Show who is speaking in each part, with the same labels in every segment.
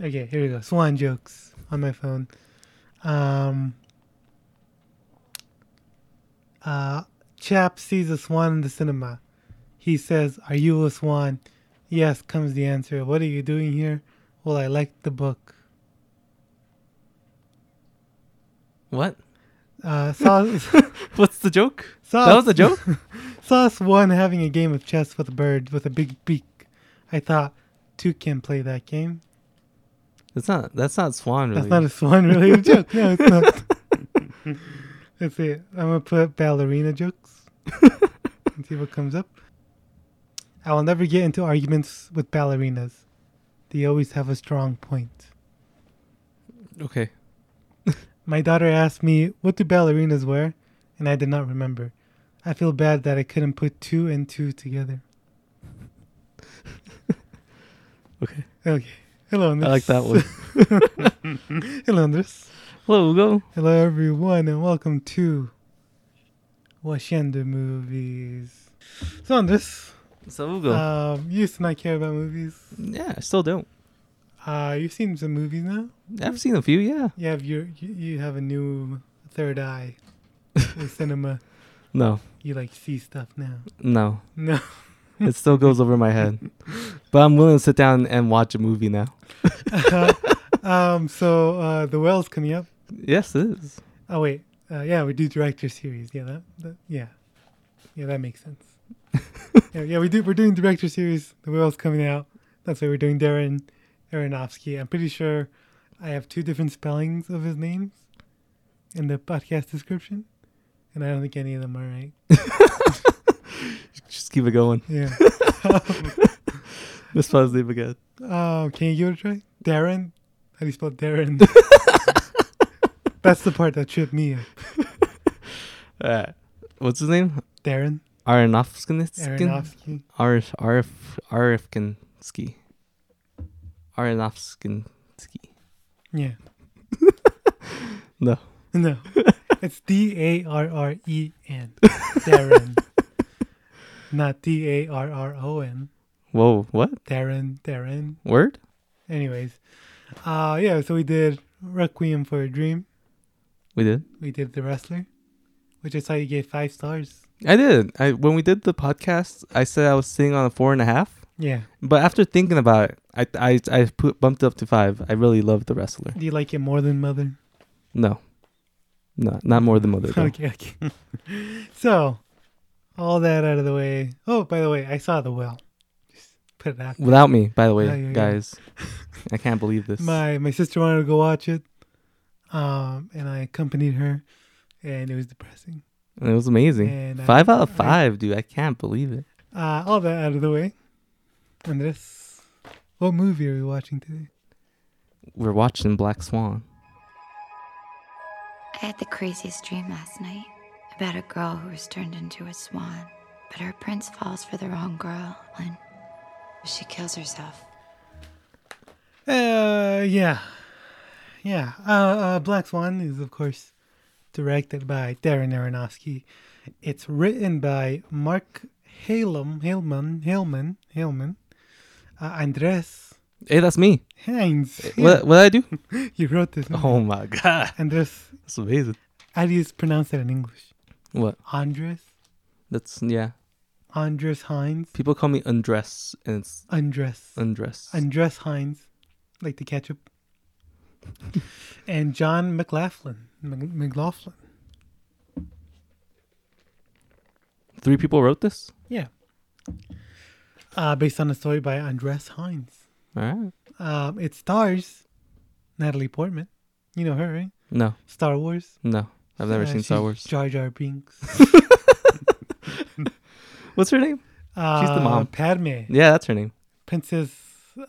Speaker 1: Okay, here we go. Swan jokes on my phone. Um, uh, chap sees a swan in the cinema. He says, Are you a swan? Yes, comes the answer. What are you doing here? Well, I like the book.
Speaker 2: What?
Speaker 1: Uh, saw,
Speaker 2: What's the joke?
Speaker 1: saw,
Speaker 2: That was a joke?
Speaker 1: saw a swan having a game of chess with a bird with a big beak. I thought, two can play that game.
Speaker 2: That's not that's not swan
Speaker 1: That's
Speaker 2: really.
Speaker 1: not a swan related joke. No, it's not. Let's see. I'm gonna put ballerina jokes and see what comes up. I will never get into arguments with ballerinas. They always have a strong point.
Speaker 2: okay.
Speaker 1: My daughter asked me, What do ballerinas wear? And I did not remember. I feel bad that I couldn't put two and two together.
Speaker 2: Okay.
Speaker 1: Okay. Hello,
Speaker 2: I
Speaker 1: Andres.
Speaker 2: like that one.
Speaker 1: Hello, Andres.
Speaker 2: Hello, Hugo.
Speaker 1: Hello, everyone, and welcome to Washenda Movies. So, on this,
Speaker 2: So Hugo.
Speaker 1: um, you used to not care about movies.
Speaker 2: Uh, yeah, I still don't.
Speaker 1: Uh, you've seen some movies now.
Speaker 2: I've seen a few, yeah.
Speaker 1: You have your, you, you have a new third eye with cinema.
Speaker 2: No.
Speaker 1: You like see stuff now.
Speaker 2: No.
Speaker 1: No,
Speaker 2: It still goes over my head. But I'm willing to sit down and watch a movie now.
Speaker 1: um, so uh, the whale's coming up.
Speaker 2: Yes, it is.
Speaker 1: Oh wait, uh, yeah, we do director series. Yeah, that, that yeah, yeah, that makes sense. yeah, yeah, we do. We're doing director series. The whale's coming out. That's why we're doing Darren Aronofsky. I'm pretty sure I have two different spellings of his names in the podcast description, and I don't think any of them are right.
Speaker 2: Just keep it going.
Speaker 1: Yeah.
Speaker 2: Miss Positive again.
Speaker 1: Oh, can you give it a try? Darren? How do you spell Darren? That's the part that tripped me up.
Speaker 2: Uh, what's his name?
Speaker 1: Darren
Speaker 2: Aronofsky?
Speaker 1: Aronofsky.
Speaker 2: Arif Arif Arifkinsky. Arifkinsky.
Speaker 1: Yeah.
Speaker 2: No.
Speaker 1: No. It's D A R R E N. Darren. Not D A R R O N.
Speaker 2: Whoa, what?
Speaker 1: Darren, Darren.
Speaker 2: Word?
Speaker 1: Anyways. Uh yeah, so we did Requiem for a Dream.
Speaker 2: We did.
Speaker 1: We did The Wrestler, which I saw you gave five stars.
Speaker 2: I did. I when we did the podcast, I said I was sitting on a four and a half.
Speaker 1: Yeah.
Speaker 2: But after thinking about it, I I I put, bumped it up to five. I really loved the wrestler.
Speaker 1: Do you like it more than Mother?
Speaker 2: No, no, not more than mother. Though.
Speaker 1: Okay, okay. so, all that out of the way. Oh, by the way, I saw the well. Just put it out. there.
Speaker 2: Without me, by the way,
Speaker 1: Yeah, yeah, yeah.
Speaker 2: guys, I can't believe this.
Speaker 1: My my sister wanted to go watch it, um, and I accompanied her, and it was depressing.
Speaker 2: And it was amazing.
Speaker 1: And I-
Speaker 2: five out of
Speaker 1: I-
Speaker 2: five, dude. I can't believe it.
Speaker 1: Uh, all that out of the way. Andres, what movie are we watching today?
Speaker 2: We're watching Black Swan.
Speaker 3: I had the craziest dream last night about a girl who was turned into a swan, but her prince falls for the wrong girl and she kills herself.
Speaker 1: Uh, yeah, yeah. Uh, uh, Black Swan is of course directed by Darren Aronofsky. It's written by Mark Halem, Haleman, Haleman, Haleman, uh, Andres
Speaker 2: Hey, that's me.
Speaker 1: Hines.
Speaker 2: What what did I do?
Speaker 1: you wrote this. name.
Speaker 2: Eh. Oh my god,
Speaker 1: Andres.
Speaker 2: that's amazing.
Speaker 1: How do you pronounce that in English?
Speaker 2: What?
Speaker 1: Andres,
Speaker 2: That's yeah.
Speaker 1: Andres Hines,
Speaker 2: People call me undress, and it's
Speaker 1: Andres.
Speaker 2: undress.
Speaker 1: Andres Hines, like the ketchup, and John McLaughlin. Mc- McLaughlin.
Speaker 2: Three people wrote this.
Speaker 1: Yeah. Uh, based on a story by Andres Hines.
Speaker 2: All right.
Speaker 1: Um, it stars Natalie Portman. You know her, right?
Speaker 2: No,
Speaker 1: Star Wars.
Speaker 2: no, I've never
Speaker 1: Uh,
Speaker 2: seen Star
Speaker 1: she's
Speaker 2: Wars.
Speaker 1: Jar Jar Binks.
Speaker 2: What's her name?
Speaker 1: Uh,
Speaker 2: mom.
Speaker 1: Padme.
Speaker 2: Yeah, that's her name.
Speaker 1: Princess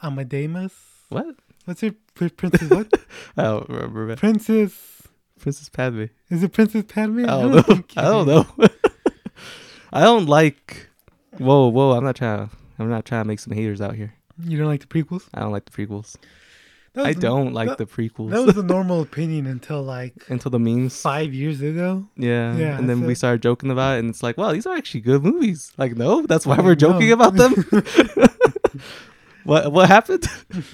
Speaker 1: Amadeus.
Speaker 2: What?
Speaker 1: What's her pr- princess? What?
Speaker 2: I don't remember. that.
Speaker 1: princess.
Speaker 2: Princess Padme.
Speaker 1: Is it Princess Padme?
Speaker 2: I don't know.
Speaker 1: think it
Speaker 2: I don't
Speaker 1: is.
Speaker 2: know. I don't like. Whoa, whoa! I'm not trying. To, I'm not trying to make some haters out here.
Speaker 1: You don't like the prequels?
Speaker 2: I don't like the prequels.
Speaker 1: That
Speaker 2: I
Speaker 1: was-
Speaker 2: don't like
Speaker 1: that-
Speaker 2: the prequels
Speaker 1: That was the normal opinion until like
Speaker 2: until the memes.
Speaker 1: five years ago.
Speaker 2: Yeah.
Speaker 1: Yeah,
Speaker 2: and then
Speaker 1: that's
Speaker 2: we
Speaker 1: it.
Speaker 2: started joking about it, and it's like, wow, these are actually good movies. Like, no, that's why
Speaker 1: Like,
Speaker 2: we're joking
Speaker 1: no.
Speaker 2: about them. What what happened?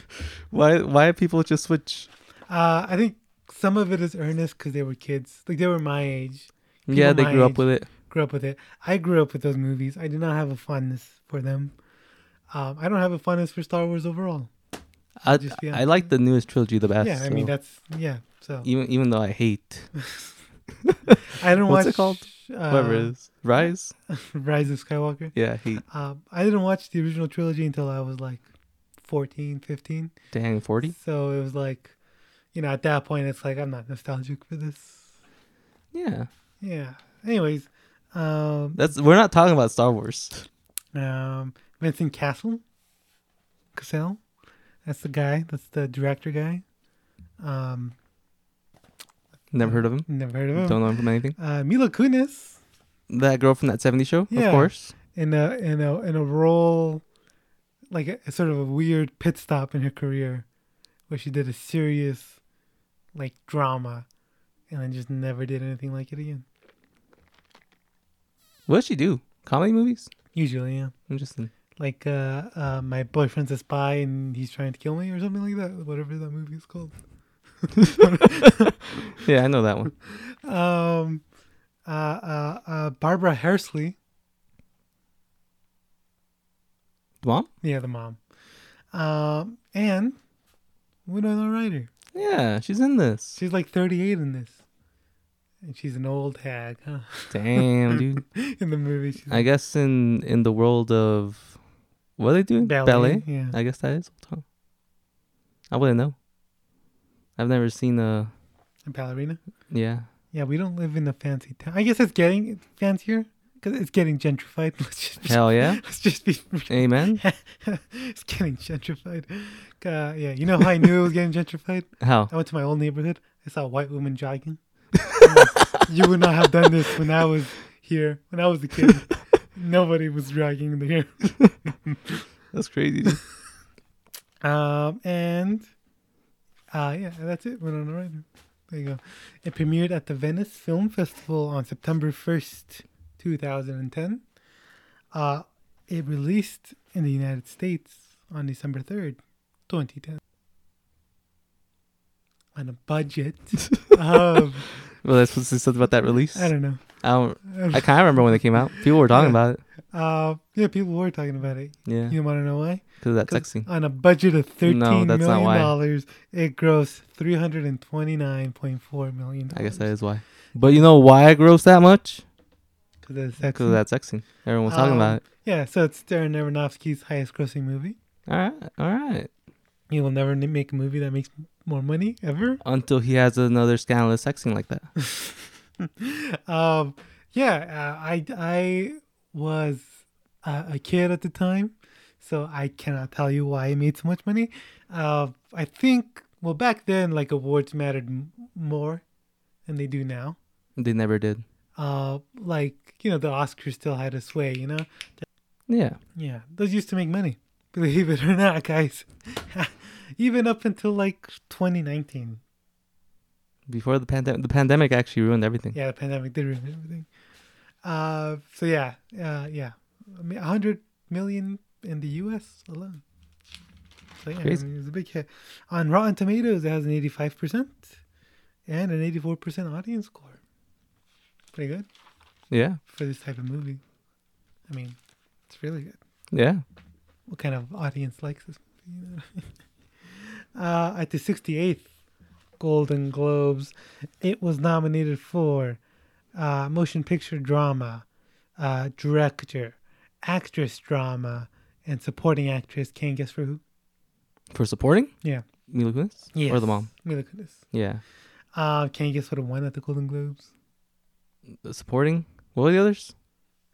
Speaker 2: why why people just switch?
Speaker 1: Uh, I think some of it is earnest because they were kids. Like they were my age, People
Speaker 2: yeah, they
Speaker 1: my
Speaker 2: grew up
Speaker 1: age.
Speaker 2: with it.
Speaker 1: grew up with it. I grew up with those movies. I do not have a fondness for them. Um, I don't have a fondness for Star Wars overall.
Speaker 2: I
Speaker 1: Just be
Speaker 2: I like the newest trilogy the best.
Speaker 1: yeah, I mean
Speaker 2: so
Speaker 1: that's yeah. So
Speaker 2: even even though I hate
Speaker 1: I didn't watch
Speaker 2: what's it called?
Speaker 1: Uh,
Speaker 2: whatever it is Rise.
Speaker 1: Rise of Skywalker.
Speaker 2: Yeah, I hate.
Speaker 1: Um, I didn't watch the original trilogy until I was like 14, 15.
Speaker 2: Dang, forty.
Speaker 1: So it was like, you know, at that point, it's like I'm not nostalgic for this.
Speaker 2: Yeah,
Speaker 1: Yeah. Anyways, um,
Speaker 2: that's we're not talking about Star Wars.
Speaker 1: um, Vincent Castle, Cassell, that's the guy. That's the director guy. Um,
Speaker 2: Never heard of him.
Speaker 1: never heard of him.
Speaker 2: Don't know him from anything.
Speaker 1: Uh, Mila Kunis
Speaker 2: That girl from that '70s show,
Speaker 1: Yeah.
Speaker 2: of course.
Speaker 1: in a in a in a role, like a, sort of a weird pit stop in her career, where she did a serious, like drama, and then just never did anything like it again.
Speaker 2: What does she do? Comedy movies?
Speaker 1: Usually, yeah.
Speaker 2: Interesting.
Speaker 1: like uh, uh my boyfriend's a spy and he's trying to kill me or something like that whatever that movie is called
Speaker 2: Yeah, I know that one.
Speaker 1: um uh uh, uh barbara hersley
Speaker 2: The Mom?
Speaker 1: yeah the mom um and winona ryder
Speaker 2: Yeah, she's in this.
Speaker 1: she's like 38 in this and she's an old hag huh
Speaker 2: Damn, dude.
Speaker 1: in the movie she's
Speaker 2: I guess in in the world of what are they doing?
Speaker 1: Ballet, yeah.
Speaker 2: I guess that is. what time. I wouldn't know. I've never seen a
Speaker 1: a ballerina
Speaker 2: yeah.
Speaker 1: yeah we don't live in a fancy town i guess it's getting fancier because it's getting gentrified let's just
Speaker 2: Hell yeah.
Speaker 1: let's just be
Speaker 2: Amen.
Speaker 1: it's getting gentrified. Uh, yeah, you know how I knew it was getting gentrified?
Speaker 2: How?
Speaker 1: I went to my old neighborhood. I saw a white woman jogging. I'm like, you would not have done this when I was here, when I was a kid. Nobody was jogging here.
Speaker 2: That's crazy. dude.
Speaker 1: Um, and uh, yeah, that's it. Went on a rider. There you go. It premiered at the Venice Film Festival on September 1st, 2010. Uh, it released in the United States on December 3rd, 2010. On a budget of,
Speaker 2: well, that's what's said about that release.
Speaker 1: I don't know.
Speaker 2: I don't. I can't remember when it came out. People were talking about it.
Speaker 1: Uh, yeah, people were talking about it.
Speaker 2: Yeah,
Speaker 1: You want to know why?
Speaker 2: because of that
Speaker 1: 'Cause
Speaker 2: sex scene.
Speaker 1: On a budget of thirteen
Speaker 2: No,
Speaker 1: million
Speaker 2: that's not why.
Speaker 1: dollars, it grossed three hundred and twenty nine point four million.
Speaker 2: I guess that is why. But you know why it grossed that much?
Speaker 1: because of the sex.
Speaker 2: Because of that sex scene. Everyone was talking
Speaker 1: Um,
Speaker 2: about it.
Speaker 1: Yeah, so it's Darren Aronofsky's highest grossing movie.
Speaker 2: All right, all right.
Speaker 1: He will never n- make a movie that makes m- more money ever.
Speaker 2: Until he has another scandalous sex scene like that.
Speaker 1: Um, yeah, uh, I I was a, a kid at the time, so I cannot tell you why it made so much money. Uh, I think well back then like awards mattered m- more than they do now.
Speaker 2: They never did.
Speaker 1: uh like you know the oscars still had a sway you know
Speaker 2: Yeah.
Speaker 1: yeah those used to make money believe it or not guys even up until like 2019
Speaker 2: Before the pandemic, the pandemic actually ruined everything.
Speaker 1: yeah the pandemic did ruin everything uh so yeah uh yeah I mean, 100 million in the us alone so yeah I
Speaker 2: Crazy.
Speaker 1: mean, it was a big hit on rotten tomatoes it has an 85% and an 84% audience score pretty good
Speaker 2: Yeah.
Speaker 1: for this type of movie i mean it's really good
Speaker 2: Yeah.
Speaker 1: what kind of audience likes this movie? you know? uh, at the 68th Golden Globes, it was nominated for uh, motion picture drama, uh, director, actress drama, and supporting actress. Can you guess for who?
Speaker 2: For supporting
Speaker 1: Yeah.
Speaker 2: Mila Kunis or the mom.
Speaker 1: Mila Kunis.
Speaker 2: Yeah.
Speaker 1: Uh, can you guess what it won at the Golden Globes?
Speaker 2: The supporting. What were the others?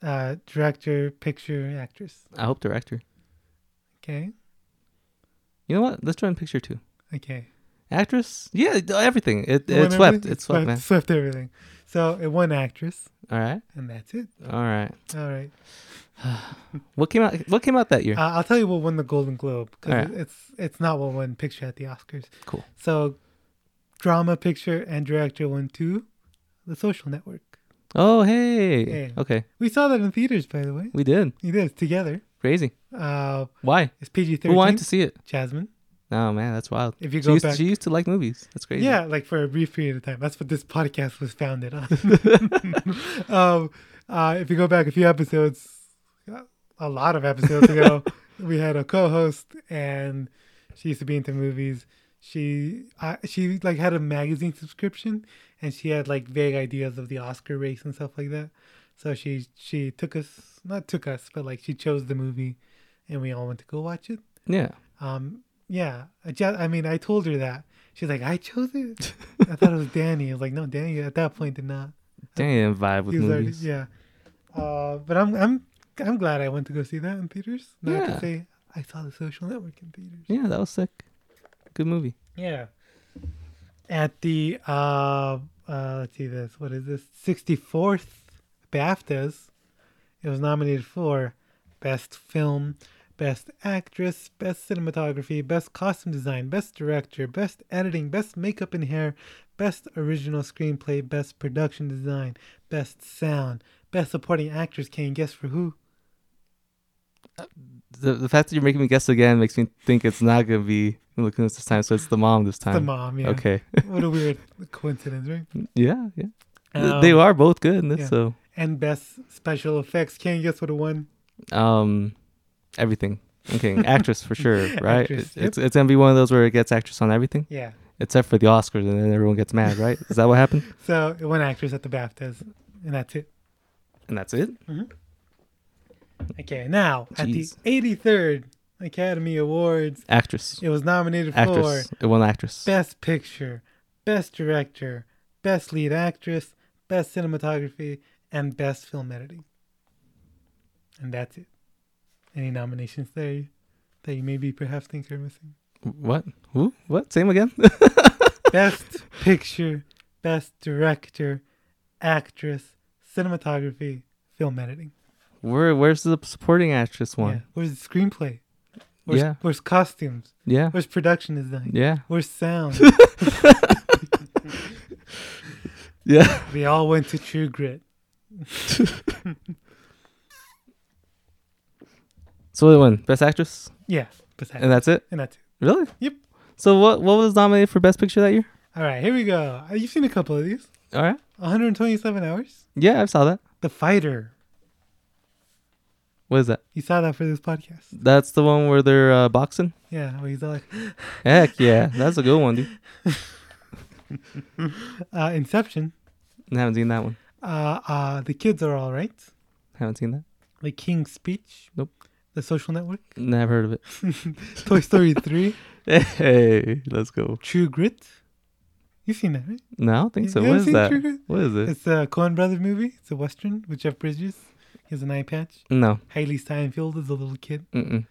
Speaker 1: Uh, director, picture, actress.
Speaker 2: I hope director.
Speaker 1: Okay.
Speaker 2: You know what? Let's try and picture too.
Speaker 1: Okay.
Speaker 2: Actress. Yeah. d- Everything. It
Speaker 1: won
Speaker 2: it swept.
Speaker 1: everything?
Speaker 2: It swept, man.
Speaker 1: Swept everything. So it won actress,
Speaker 2: All right.
Speaker 1: and that's it.
Speaker 2: All right.
Speaker 1: All right.
Speaker 2: What came out? What came out that year?
Speaker 1: Uh, I'll tell you what won the Golden Globe because
Speaker 2: Alright.
Speaker 1: it's it's not what won picture at the Oscars.
Speaker 2: Cool.
Speaker 1: So, drama, picture, and director won two. The Social Network.
Speaker 2: Oh hey.
Speaker 1: yeah.
Speaker 2: Okay.
Speaker 1: We saw that in theaters, by the way.
Speaker 2: We did.
Speaker 1: We did it together.
Speaker 2: Crazy.
Speaker 1: Uh,
Speaker 2: Why?
Speaker 1: it's PG
Speaker 2: Who wanted
Speaker 1: thirteen.
Speaker 2: to see it?
Speaker 1: Jasmine.
Speaker 2: Oh man, that's wild.
Speaker 1: If you
Speaker 2: she
Speaker 1: go
Speaker 2: used,
Speaker 1: back-
Speaker 2: she used to like movies. That's crazy.
Speaker 1: Yeah, like for a brief period of time. That's what this podcast was founded on. um, uh, if you go back a few episodes, a lot of episodes ago, we had a co-host, and she used to be into movies. She uh, she like had a magazine subscription, and she had like vague ideas of the Oscar race and stuff like that. So she she took us not took us, but like she chose the movie, and we all went to go watch it.
Speaker 2: Yeah.
Speaker 1: Um, yeah, I, ju- I mean, I told her that. She's like, I chose it. I thought it was Danny. I was like, no, Danny at that point did not.
Speaker 2: Damn vibe with
Speaker 1: He was already,
Speaker 2: movies.
Speaker 1: yeah. Uh, but I'm I'm I'm glad I went to go see that in theaters. Not
Speaker 2: Yeah.
Speaker 1: to say I saw The Social Network in theaters.
Speaker 2: yeah. that was sick. Good movie.
Speaker 1: Yeah. At the uh, uh, let's see this. What is this? Sixty fourth BAFTAs. It was nominated for best film, best actress, best cinematography, best costume design, best director, best editing, best makeup and hair, best original screenplay, best production design, best sound, best supporting actress. Can you guess for who?
Speaker 2: The, the fact that you're making me guess again makes me think it's not gonna be looking this time. So it's the mom this time.
Speaker 1: The mom. Yeah.
Speaker 2: Um, Okay.
Speaker 1: what a weird coincidence, right?
Speaker 2: yeah. Yeah. Th- they
Speaker 1: Um,
Speaker 2: are both good in this.
Speaker 1: yeah.
Speaker 2: So
Speaker 1: And best special effects. Can you guess what it won?
Speaker 2: um, everything. Okay, actress for sure, right?
Speaker 1: Actress,
Speaker 2: It- It's it's gonna be one of those where it gets actress on everything
Speaker 1: Yeah.
Speaker 2: except for the Oscars, and then everyone gets mad, right? Is that what happened?
Speaker 1: So one actress at the BAFTAs, and that's it.
Speaker 2: And that's it.
Speaker 1: Okay, now
Speaker 2: Jeez.
Speaker 1: at the 83rd Academy Awards,
Speaker 2: Actress,
Speaker 1: it was nominated
Speaker 2: actress,
Speaker 1: for
Speaker 2: it won actress.
Speaker 1: Best Picture, Best Director, Best Lead Actress, Best Cinematography, and Best Film Editing. And that's it. Any nominations there that you maybe perhaps think are missing?
Speaker 2: What? Who? What? Same again?
Speaker 1: Best Picture, Best Director, Actress, Cinematography, Film Editing.
Speaker 2: Where? Where's the supporting actress
Speaker 1: Yeah.
Speaker 2: one?
Speaker 1: Where's the screenplay? Where's,
Speaker 2: Yeah.
Speaker 1: where's costumes?
Speaker 2: Yeah.
Speaker 1: Where's production design?
Speaker 2: Yeah.
Speaker 1: Where's sound?
Speaker 2: Yeah.
Speaker 1: we all went to True Grit.
Speaker 2: So they won best actress,
Speaker 1: Yeah, besides.
Speaker 2: and that's it.
Speaker 1: And that's it.
Speaker 2: Really?
Speaker 1: Yep.
Speaker 2: So what? What was nominated for best picture that year?
Speaker 1: All right, here we go. Uh, You've seen a couple of these.
Speaker 2: All right.
Speaker 1: 127 hours.
Speaker 2: Yeah, I saw that.
Speaker 1: The Fighter.
Speaker 2: What is that?
Speaker 1: You saw that for this podcast.
Speaker 2: That's the one where they're uh, boxing.
Speaker 1: Yeah, where he's all like,
Speaker 2: Heck yeah, that's a good one, dude.
Speaker 1: uh, Inception.
Speaker 2: I haven't seen that one.
Speaker 1: Uh, uh, the kids are all right.
Speaker 2: Haven't seen that.
Speaker 1: The King's Speech.
Speaker 2: Nope.
Speaker 1: The Social Network.
Speaker 2: Never heard of it.
Speaker 1: Toy Story 3.
Speaker 2: Hey, let's go.
Speaker 1: True Grit. You've seen that, right?
Speaker 2: No, I don't think
Speaker 1: You
Speaker 2: so.
Speaker 1: haven't
Speaker 2: What is
Speaker 1: seen
Speaker 2: that?
Speaker 1: True Grit?
Speaker 2: What is it?
Speaker 1: It's a Coen Brothers movie. It's a Western with Jeff Bridges. He has an eye patch.
Speaker 2: No.
Speaker 1: Hailey Steinfeld is a little kid.
Speaker 2: Mm-mm.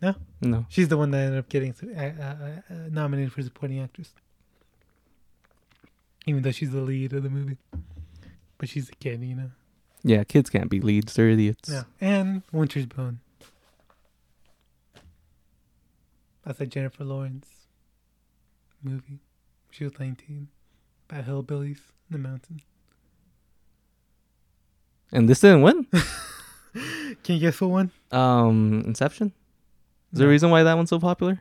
Speaker 1: No?
Speaker 2: No.
Speaker 1: She's the one that ended up getting uh, uh, uh, nominated for supporting actress, even though she's the lead of the movie. But she's a kid, you know.
Speaker 2: Yeah, kids can't be leads. They're idiots.
Speaker 1: Yeah. And Winter's Bone. That's a Jennifer Lawrence movie. She was 19. About hillbillies in the mountain.
Speaker 2: And this didn't win.
Speaker 1: Can you guess what one?
Speaker 2: Um, Inception. Is there a
Speaker 1: No.
Speaker 2: reason why that one's so popular?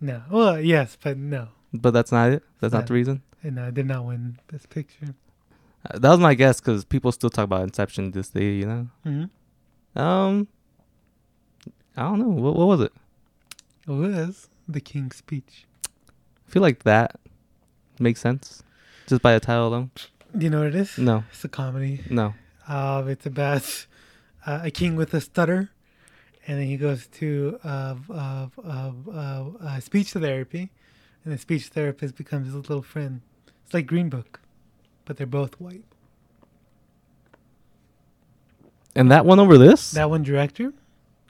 Speaker 1: No. Well, yes, but no.
Speaker 2: But that's not it. That's
Speaker 1: Yeah.
Speaker 2: not the reason.
Speaker 1: And I did not win Best Picture.
Speaker 2: Uh, that was my guess because people still talk about Inception this day. You know.
Speaker 1: Mm-hmm.
Speaker 2: Um, I don't know. What what was it?
Speaker 1: It was The King's Speech.
Speaker 2: I feel like that makes sense just by the title alone.
Speaker 1: Do you know what it is?
Speaker 2: No,
Speaker 1: It's a comedy.
Speaker 2: no.
Speaker 1: Uh, it's about uh, a king with a stutter, and then he goes to uh, uh, uh, uh, uh, speech therapy, and the speech therapist becomes his little friend. It's like Green Book, but they're both white.
Speaker 2: And that one over this?
Speaker 1: That one director,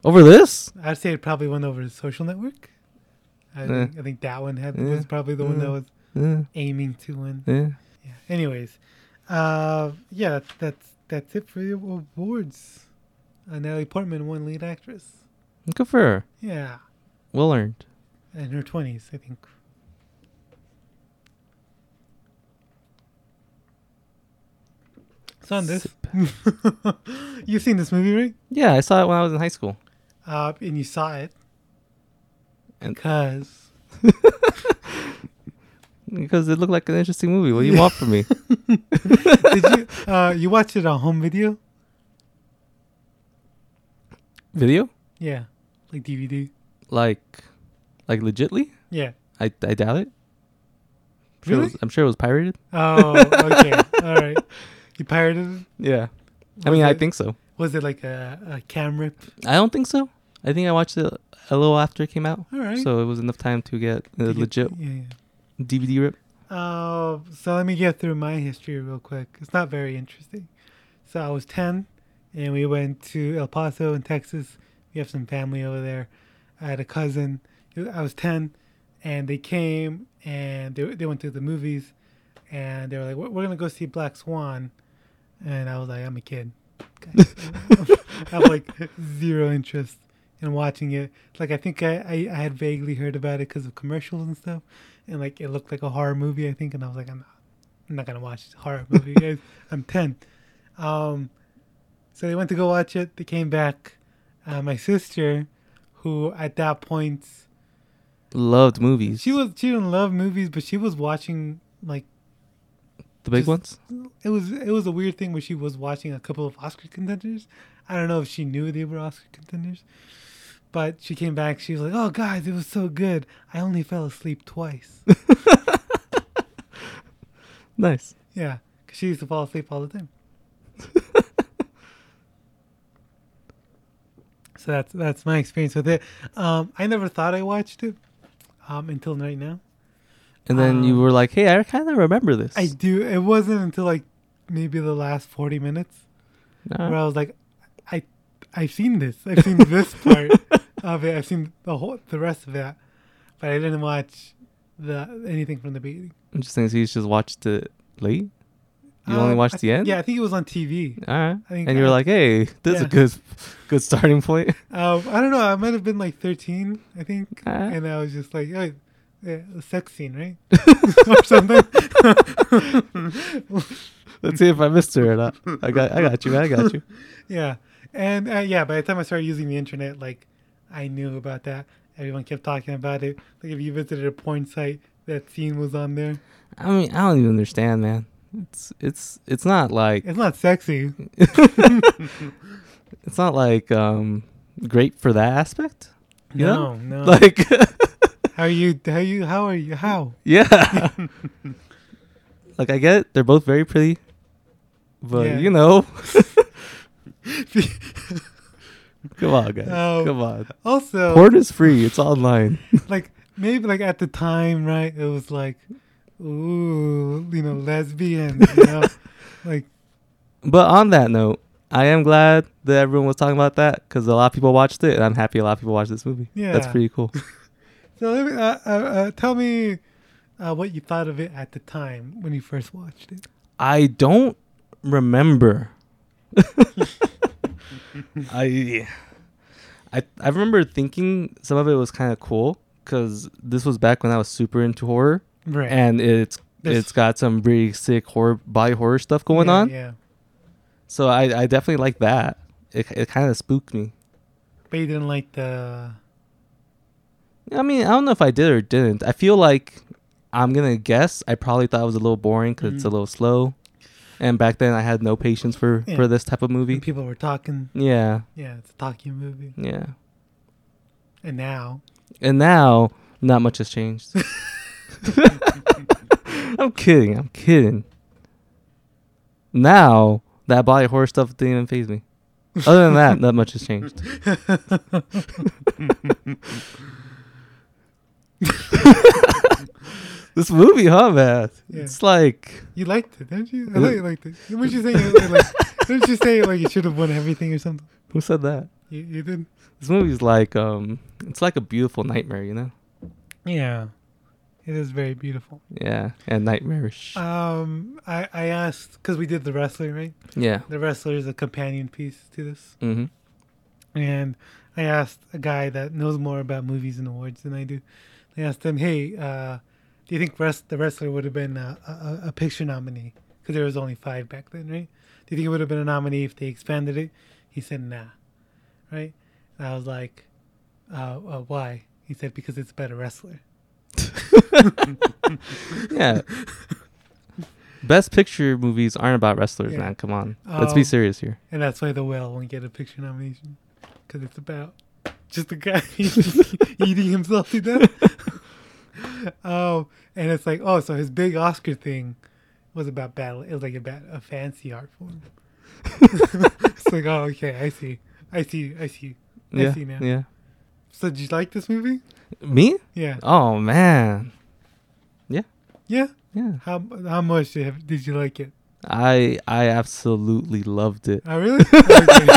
Speaker 2: over this?
Speaker 1: I'd say it probably went over to Social Network. I,
Speaker 2: Eh.
Speaker 1: think, I think that one had, was
Speaker 2: Eh.
Speaker 1: probably the one that
Speaker 2: Mm.
Speaker 1: was
Speaker 2: Yeah,
Speaker 1: aiming to win.
Speaker 2: yeah.
Speaker 1: Yeah. Anyways, uh, yeah, that's, that's that's it for the awards. Uh, Natalie Portman won lead actress.
Speaker 2: Good for her.
Speaker 1: Yeah.
Speaker 2: Well earned.
Speaker 1: in her twenties, I think. It's on this.
Speaker 2: Sip.
Speaker 1: You've seen this movie, right?
Speaker 2: Yeah, I saw it when I was in high school.
Speaker 1: uh, and you saw it
Speaker 2: And-
Speaker 1: because
Speaker 2: because it looked like an interesting movie. What do you want from me?
Speaker 1: did you uh, you watched it on home video?
Speaker 2: Video?
Speaker 1: Yeah, like DVD.
Speaker 2: Like, like legitly?
Speaker 1: Yeah.
Speaker 2: I I doubt it. I'm sure it
Speaker 1: Really?
Speaker 2: was- I'm sure it was pirated.
Speaker 1: Oh, okay. All right. You pirated it?
Speaker 2: Yeah. I
Speaker 1: Was
Speaker 2: mean, I
Speaker 1: it-
Speaker 2: think so.
Speaker 1: Was it like a, a cam rip?
Speaker 2: I don't think so. I think I watched it a little after it came out.
Speaker 1: All right.
Speaker 2: So it was enough time to get a
Speaker 1: Did you-
Speaker 2: legit
Speaker 1: Yeah. yeah.
Speaker 2: DVD rip.
Speaker 1: Oh, so let me get through my history real quick. It's not very interesting. So I was 10 and we went to El Paso in Texas. We have some family over there. I had a cousin. I was 10 and they came and they, they went to the movies and they were like, we're, we're going to go see Black Swan. And I was like, I'm a kid. I have like zero interest in watching it. Like, I think I, I, I had vaguely heard about it because of commercials and stuff and like it looked like a horror movie, I think, and I was like, I'm not, I'm not gonna watch this horror movie, guys. I'm ten. Um, so they went to go watch it. They came back. Uh, my sister, who at that point
Speaker 2: Loved movies.
Speaker 1: she was she didn't love movies, but she was watching like
Speaker 2: the big
Speaker 1: just-
Speaker 2: ones.
Speaker 1: it was it was a weird thing where she was watching a couple of Oscar contenders. I don't know if she knew they were Oscar contenders, but she came back. She was like, "Oh, guys, it was so good. I only fell asleep twice."
Speaker 2: Nice.
Speaker 1: Yeah, because she used to fall asleep all the time. so that's that's my experience with it. Um, I never thought I watched it um, until right now.
Speaker 2: And then you
Speaker 1: Um,
Speaker 2: were like, "Hey, I kind of remember this."
Speaker 1: I do. It wasn't until like maybe the last forty minutes
Speaker 2: Nah.
Speaker 1: where I was like, I I've seen this. I've seen this part of it. I've seen the whole the rest of that, but I didn't watch the anything from the beginning.
Speaker 2: Interesting. So you just watched it late. You
Speaker 1: Um,
Speaker 2: only watched
Speaker 1: I
Speaker 2: the end.
Speaker 1: Yeah, I think it was on TV.
Speaker 2: All right.
Speaker 1: I think
Speaker 2: and you were
Speaker 1: I-
Speaker 2: like, "Hey, this is a
Speaker 1: Yeah.
Speaker 2: good, good starting point."
Speaker 1: Um, I don't know. I might have been like 13, I think,
Speaker 2: Alright.
Speaker 1: and I was just like, oh, yeah, a sex scene, right? or something.
Speaker 2: Let's see if I missed her or not. I got, I got you. man. I got you.
Speaker 1: yeah, and uh, yeah. By the time I started using the internet, like, I knew about that. Everyone kept talking about it. Like, if you visited a porn site, that scene was on there.
Speaker 2: I mean, I don't even understand, man. It's, it's, it's not like
Speaker 1: It's not sexy.
Speaker 2: it's not like um great for that aspect. You
Speaker 1: No,
Speaker 2: know?
Speaker 1: no.
Speaker 2: Like,
Speaker 1: how are you? How you? How are you? How?
Speaker 2: yeah. like I get it. They're both very pretty, but
Speaker 1: Yeah.
Speaker 2: you know, come on, guys.
Speaker 1: Um,
Speaker 2: come on.
Speaker 1: also,
Speaker 2: Porn is free. It's online.
Speaker 1: like maybe like at the time, right? It was like, ooh, you know, lesbians, you know, like
Speaker 2: But on that note, I am glad that everyone was talking about that because a lot of people watched it, and I'm happy a lot of people watched this movie. that's
Speaker 1: Yeah.
Speaker 2: pretty cool.
Speaker 1: So let me, uh, uh, uh, tell me uh, what you thought of it at the time when you first watched it.
Speaker 2: I don't remember. I I I remember thinking some of it was kind of cool because this was back when I was super into horror,
Speaker 1: Right.
Speaker 2: and it's
Speaker 1: This-
Speaker 2: it's got some pretty sick horror body horror stuff going
Speaker 1: yeah,
Speaker 2: on.
Speaker 1: Yeah.
Speaker 2: So I I definitely like that. It it kind of spooked me.
Speaker 1: But you didn't like the.
Speaker 2: I mean, I don't know if I did or didn't. I feel like I'm gonna guess. I probably thought it was a little boring because it's a
Speaker 1: Mhm.
Speaker 2: little slow, and back then I had no patience for
Speaker 1: Yeah.
Speaker 2: for this type of
Speaker 1: When
Speaker 2: movie.
Speaker 1: people were talking.
Speaker 2: Yeah,
Speaker 1: Yeah, it's a talking movie.
Speaker 2: yeah.
Speaker 1: And now.
Speaker 2: And now, not much has changed. I'm kidding. I'm kidding. Now that body horror stuff didn't even phase me. Other than that, not much has changed. this movie, huh, man?
Speaker 1: Yeah.
Speaker 2: It's like
Speaker 1: You liked it, didn't you? I
Speaker 2: Uh,
Speaker 1: thought you liked it. What'd you say? You like, like, didn't you say like you should have won everything or something?
Speaker 2: who said that?
Speaker 1: You, you did.
Speaker 2: This movie's like um, it's like a beautiful nightmare, you know?
Speaker 1: Yeah. It is very beautiful.
Speaker 2: Yeah, and nightmarish.
Speaker 1: Um, I I asked because we did the wrestler, right?
Speaker 2: yeah.
Speaker 1: The wrestler is a companion piece to this.
Speaker 2: Mm-hmm.
Speaker 1: and I asked a guy that knows more about movies and awards than I do. I asked him, "Hey, uh, do you think rest- the wrestler would have been a, a, a picture nominee? Because there was only five back then, right? Do you think it would have been a nominee if they expanded it?" He said, "Nah." Right? And And I was like, uh, uh, why? He said, because it's a better wrestler.
Speaker 2: yeah. Best picture movies aren't about wrestlers,
Speaker 1: Yeah.
Speaker 2: man. Come on. Let's be
Speaker 1: Um,
Speaker 2: serious here.
Speaker 1: And that's why The Whale won't get a picture nomination. Because it's about just a guy eating himself to death. oh, and it's like, oh, so his big Oscar thing was about battle. It was like a, bat- a fancy art form. it's like, oh, okay, I see. I see. I see. I
Speaker 2: yeah.
Speaker 1: see now.
Speaker 2: Yeah.
Speaker 1: So, did you like this movie?
Speaker 2: Me?
Speaker 1: Yeah.
Speaker 2: Oh, man.
Speaker 1: Yeah.
Speaker 2: Yeah.
Speaker 1: How how much did you, have- did you like it?
Speaker 2: I I absolutely loved it.
Speaker 1: Oh, really? Okay.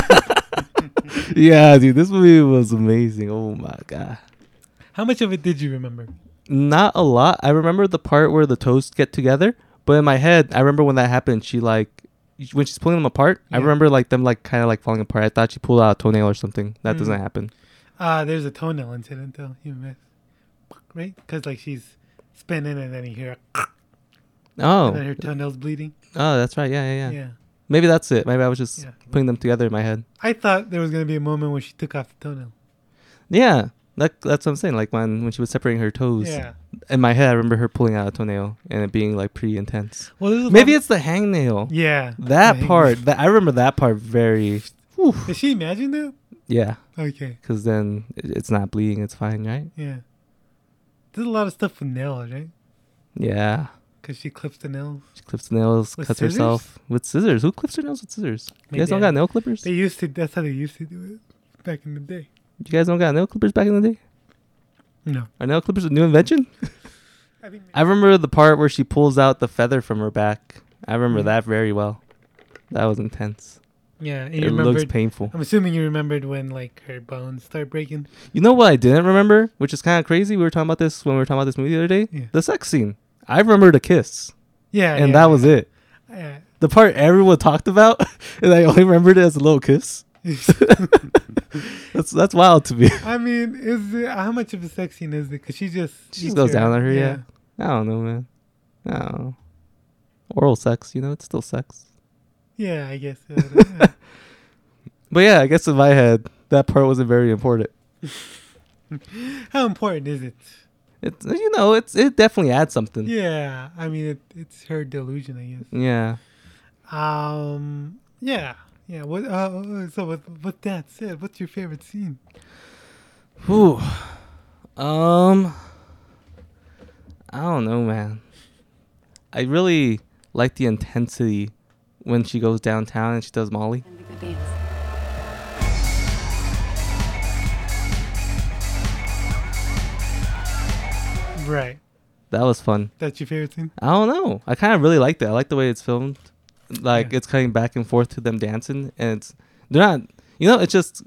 Speaker 2: yeah, dude, this movie was amazing. Oh my god.
Speaker 1: how much of it did you remember?
Speaker 2: Not a lot. I remember the part where the toasts get together, but in my head, I remember when that happened. She like when she's pulling them apart. I
Speaker 1: Yeah.
Speaker 2: remember like them like kind of like falling apart. I thought she pulled out a toenail or something. That
Speaker 1: Mm.
Speaker 2: doesn't happen.
Speaker 1: Uh, there's a toenail incident though. You missed, right? Because like she's spinning and then you hear
Speaker 2: Oh,
Speaker 1: and then her toenails bleeding.
Speaker 2: oh, that's right. Yeah, yeah,
Speaker 1: Yeah.
Speaker 2: yeah. Maybe that's it. Maybe I was just
Speaker 1: Yeah.
Speaker 2: putting them together in my head.
Speaker 1: I thought there was gonna be a moment when she took off the toenail.
Speaker 2: Yeah, that that's what I'm saying. Like when when she was separating her toes.
Speaker 1: Yeah.
Speaker 2: In my head, I remember her pulling out a toenail and it being like pretty intense.
Speaker 1: Well, this is
Speaker 2: Maybe
Speaker 1: what-
Speaker 2: it's the hangnail.
Speaker 1: yeah
Speaker 2: That
Speaker 1: Like,
Speaker 2: part, that I remember that part very. Whew,
Speaker 1: Did she imagine that?
Speaker 2: yeah,
Speaker 1: Okay.
Speaker 2: because then it, it's not bleeding. It's fine, right?
Speaker 1: Yeah. There's a lot of stuff with nails, right?
Speaker 2: Yeah.
Speaker 1: Because she clips the nails.
Speaker 2: She clips the nails,
Speaker 1: With
Speaker 2: cuts
Speaker 1: scissors?
Speaker 2: herself with scissors. Who clips their nails with scissors? You
Speaker 1: Maybe
Speaker 2: guys don't
Speaker 1: I-
Speaker 2: got nail clippers.
Speaker 1: They used to. That's how they used to do it back in the day.
Speaker 2: you guys don't got nail clippers back in the day.
Speaker 1: No.
Speaker 2: Are nail clippers a new invention?
Speaker 1: I think
Speaker 2: I remember the part where she pulls out the feather from her back. I remember that very well. That was intense.
Speaker 1: yeah. And you
Speaker 2: It looks
Speaker 1: remembered.
Speaker 2: painful.
Speaker 1: I'm assuming you remembered when like her bones start breaking.
Speaker 2: You know what I didn't remember, which is kind of crazy. We were talking about this when we were talking about this movie the other day.
Speaker 1: Yeah.
Speaker 2: The sex scene. I remember the kiss,
Speaker 1: Yeah.
Speaker 2: and
Speaker 1: yeah,
Speaker 2: that was it.
Speaker 1: yeah.
Speaker 2: the part everyone talked about, and I only remembered it as a little kiss. That's that's wild to me.
Speaker 1: I mean, is it, how much of a sex scene is it? Because she just
Speaker 2: She just
Speaker 1: eats
Speaker 2: goes down on her, yeah. I don't know, man. I don't know. Oral sex, you know, it's still sex.
Speaker 1: yeah, I guess. uh, yeah.
Speaker 2: But yeah, I guess in my head, that part wasn't very important.
Speaker 1: how important is it?
Speaker 2: It's you know, it's it definitely adds something. Yeah.
Speaker 1: Yeah, I mean, it, it's her delusion, I guess. Um, yeah, yeah. What? Uh, so with with that said, what's your favorite scene?
Speaker 2: Whew. Um. I don't know, man. I really like the intensity when she goes downtown and she does Molly.
Speaker 3: Gonna be good dance.
Speaker 1: Right,
Speaker 2: That was fun.
Speaker 1: that's your favorite scene.
Speaker 2: I don't know. I kind of really liked it. I like the way it's filmed. Like
Speaker 1: Yeah.
Speaker 2: it's cutting back and forth to them dancing, and it's they're not. You know, it's just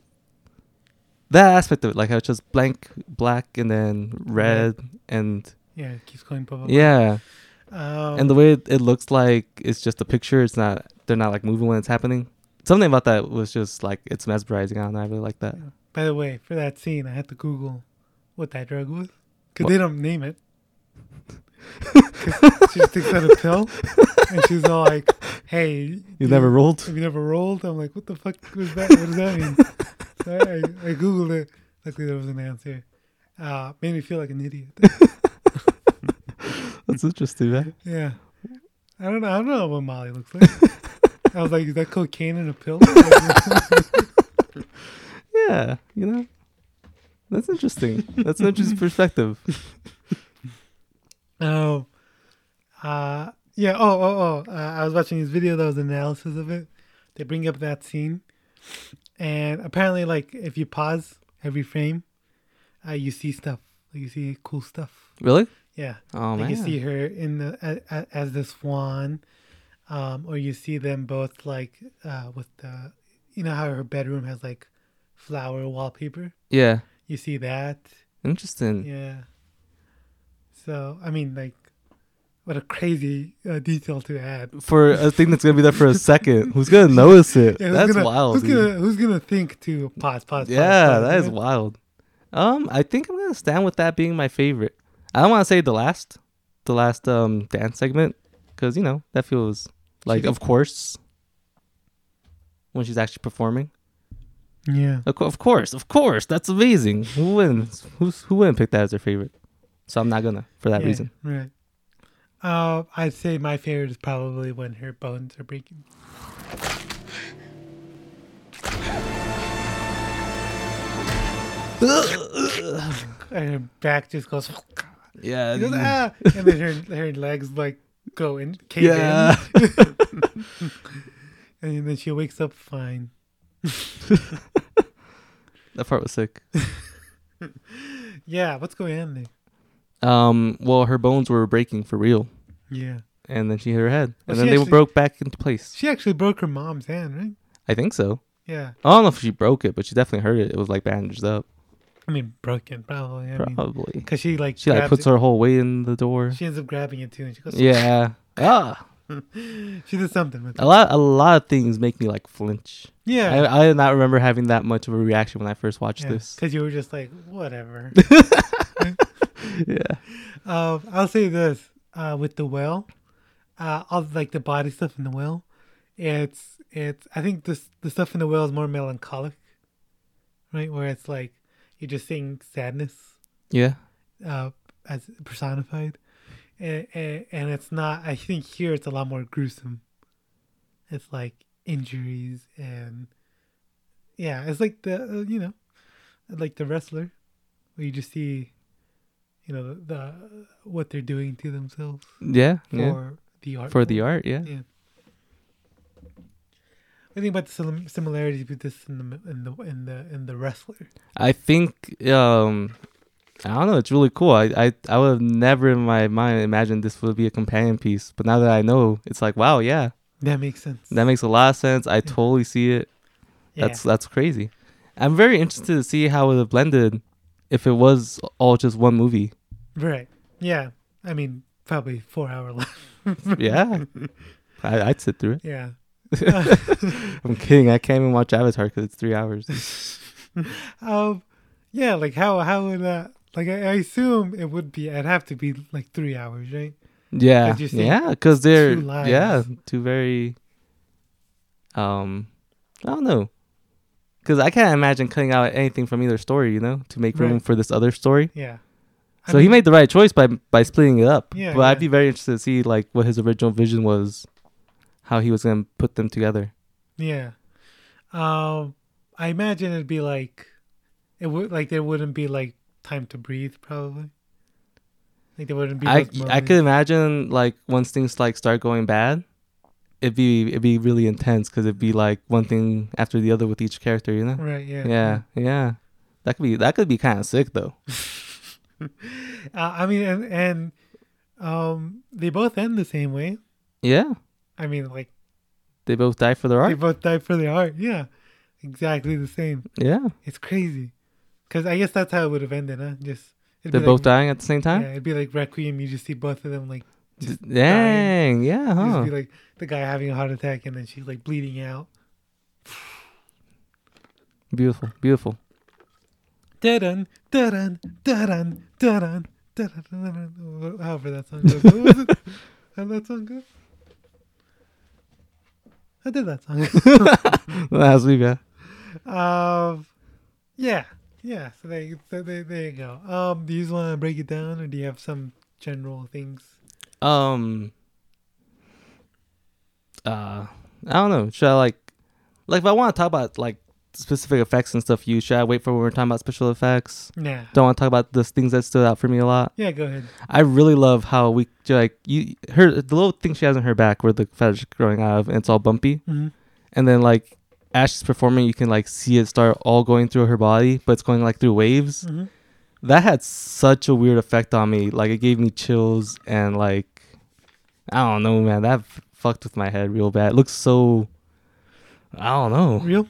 Speaker 2: that aspect of it. Like how it's just blank black and then red, and
Speaker 1: Yeah, it keeps going. Blah, blah, blah.
Speaker 2: yeah,
Speaker 1: Um,
Speaker 2: and the way it, it looks like it's just a picture. It's not. They're not like moving when it's happening. Something about that was just like it's mesmerizing. I don't know. I really like that.
Speaker 1: Yeah. By the way, for that scene, I had to Google what that drug was
Speaker 2: What?
Speaker 1: because they don't name it. 'Cause she just takes out a pill, and she's all like, "Hey, you
Speaker 2: You never rolled.
Speaker 1: Have you never rolled?" I'm like, "What the fuck was that? What does that mean?" so I, I googled it. Luckily, there was an answer. Uh, made me feel like an idiot.
Speaker 2: That's interesting, man.
Speaker 1: yeah, I don't know. I don't know what Molly looks like. I was like, "Is that cocaine in a pill?" Like,
Speaker 2: Yeah, you know, that's interesting. That's an interesting perspective.
Speaker 1: Oh, uh, yeah. Oh, oh, oh. Uh, I was watching this video that was an analysis of it. They bring up that scene, and apparently, like if you pause every frame, uh, you see stuff. Like you see cool stuff.
Speaker 2: Really?
Speaker 1: Yeah,
Speaker 2: Oh
Speaker 1: like
Speaker 2: man.
Speaker 1: you see her in the a, a, as the swan, um, or you see them both like uh, with the, you know how her bedroom has like flower wallpaper.
Speaker 2: Yeah.
Speaker 1: You see that.
Speaker 2: Interesting.
Speaker 1: Yeah. So I mean, like, what a crazy uh, detail to add.
Speaker 2: For a thing that's gonna be there for a second, who's gonna notice it?
Speaker 1: Yeah, who's
Speaker 2: that's
Speaker 1: gonna-
Speaker 2: wild.
Speaker 1: Who's
Speaker 2: dude.
Speaker 1: gonna Who's gonna think to pause, pause?
Speaker 2: yeah,
Speaker 1: pause,
Speaker 2: that
Speaker 1: pause,
Speaker 2: is
Speaker 1: you know?
Speaker 2: wild. Um, I think I'm gonna stand with that being my favorite. I don't want to say the last, the last um dance segment, because you know that feels like
Speaker 1: did-
Speaker 2: of course when she's actually performing.
Speaker 1: Yeah.
Speaker 2: Of, cou- of course, of course, that's amazing. Who wins? Who's, who wouldn't pick that as their favorite? So I'm not gonna for that
Speaker 1: yeah,
Speaker 2: reason.
Speaker 1: Right. Uh, I'd say my favorite is probably when her bones are breaking. and her back just goes,
Speaker 2: Um, Yeah.
Speaker 1: she goes,
Speaker 2: mm,
Speaker 1: "Ah!" and then her, her legs like go in, cave
Speaker 2: Yeah.
Speaker 1: in, and then she wakes up fine.
Speaker 2: that part was sick.
Speaker 1: Yeah, what's going on there?
Speaker 2: Um. Well, her bones were breaking for real,
Speaker 1: Yeah,
Speaker 2: and then she hit her head,
Speaker 1: Well,
Speaker 2: and then
Speaker 1: she
Speaker 2: they
Speaker 1: actually-
Speaker 2: broke back into place.
Speaker 1: she actually broke her mom's hand, right?
Speaker 2: I think so.
Speaker 1: Yeah,
Speaker 2: I don't know if she broke it, but she definitely hurt it. It was like bandaged up,
Speaker 1: I mean broken probably. I mean,
Speaker 2: probably.
Speaker 1: because she like
Speaker 2: She like
Speaker 1: grabs
Speaker 2: puts
Speaker 1: it-
Speaker 2: her whole weight in the door.
Speaker 1: She ends up grabbing it too, and she goes,
Speaker 2: Yeah. Ah,
Speaker 1: She did something with it.
Speaker 2: a lot, a lot of things make me like flinch.
Speaker 1: Yeah.
Speaker 2: I, I did not remember having that much of a reaction when I first watched this.
Speaker 1: Because you were just like, whatever.
Speaker 2: Yeah.
Speaker 1: um, I'll say this uh, with the well, uh, all like the body stuff in the well, it's it's. I think this the stuff in the well is more melancholic, right? Where it's like you're just seeing sadness
Speaker 2: Yeah.
Speaker 1: uh, as personified, and, and and it's not. I think here it's a lot more gruesome. It's like injuries and yeah, it's like the uh, you know, like the wrestler, where you just see, you know, the, the what they're doing to themselves
Speaker 2: Yeah.
Speaker 1: for
Speaker 2: yeah.
Speaker 1: the art.
Speaker 2: For the art. Yeah.
Speaker 1: Yeah. I think about the sim- similarities with this in the in the in the in the wrestler.
Speaker 2: I think um I don't know, it's really cool. I, I I would have never in my mind imagined this would be a companion piece, but now that I know, it's like wow, yeah.
Speaker 1: That makes sense.
Speaker 2: That makes a lot of sense. I totally see it. That's that's crazy. I'm very interested to see how it would have blended if it was all just one movie.
Speaker 1: Right. Yeah. I mean, probably four hour long.
Speaker 2: Yeah. I, I'd sit through it.
Speaker 1: Yeah.
Speaker 2: I'm kidding. I can't even watch Avatar because it's three hours.
Speaker 1: Um. Yeah. Like how how would that? Like I, I assume it would be. It'd have to be like three hours, right?
Speaker 2: Yeah,
Speaker 1: Could you see
Speaker 2: yeah, because they're
Speaker 1: two lives?
Speaker 2: yeah two very. Um, I don't know, because I can't imagine cutting out anything from either story, you know, to make room
Speaker 1: Right.
Speaker 2: for this other story.
Speaker 1: Yeah. I
Speaker 2: So he
Speaker 1: mean,
Speaker 2: made the right choice by by splitting it up.
Speaker 1: Yeah,
Speaker 2: but I'd
Speaker 1: yeah.
Speaker 2: be very interested to see like what his original vision was, how he was gonna put them together.
Speaker 1: Yeah. Um. I imagine it'd be like, it would like there wouldn't be like time to breathe probably. Like there wouldn't be.
Speaker 2: I
Speaker 1: those
Speaker 2: I
Speaker 1: moments.
Speaker 2: could imagine like once things like start going bad, it'd be it'd be really intense because it'd be like one thing after the other with each character, you know.
Speaker 1: Right. Yeah.
Speaker 2: Yeah, yeah. That could be that could be kind of sick though.
Speaker 1: Uh, I mean, and and um, they both end the same way.
Speaker 2: Yeah,
Speaker 1: I mean, like
Speaker 2: they both die for their
Speaker 1: they
Speaker 2: art.
Speaker 1: both died for their art. Yeah. Exactly the same.
Speaker 2: Yeah,
Speaker 1: It's crazy. Because I guess that's how it would have ended, huh? Just it'd
Speaker 2: they're
Speaker 1: be
Speaker 2: both
Speaker 1: like,
Speaker 2: dying at the same time.
Speaker 1: Yeah, it'd be like Requiem. You just see both of them like just dying.
Speaker 2: Dang, yeah,
Speaker 1: It'd
Speaker 2: huh?
Speaker 1: Just be like the guy having a heart attack and then she's like bleeding out.
Speaker 2: beautiful, beautiful.
Speaker 1: Dun dun dun dun dun However that song goes. What was it? How that song go? I did that song.
Speaker 2: That's we got.
Speaker 1: um, yeah, yeah. So they, so they, there you go. Um, do you just want to break it down, or do you have some general things?
Speaker 2: Um, uh, I don't know. Should I like, like, if I want to talk about like specific effects and stuff, you should I wait for when we're talking about special effects?
Speaker 1: Nah.
Speaker 2: Don't want to talk about those things that stood out for me a lot.
Speaker 1: Yeah, go ahead.
Speaker 2: I really love how we like you her the little thing she has on her back where the feather's growing out of and it's all bumpy.
Speaker 1: Mhm.
Speaker 2: And then like as she's performing, you can like see it start all going through her body, but it's going like through waves.
Speaker 1: Mhm.
Speaker 2: That had such a weird effect on me. Like it gave me chills and like I don't know, man. That f- fucked with my head real bad. It looks so I don't know
Speaker 1: Real?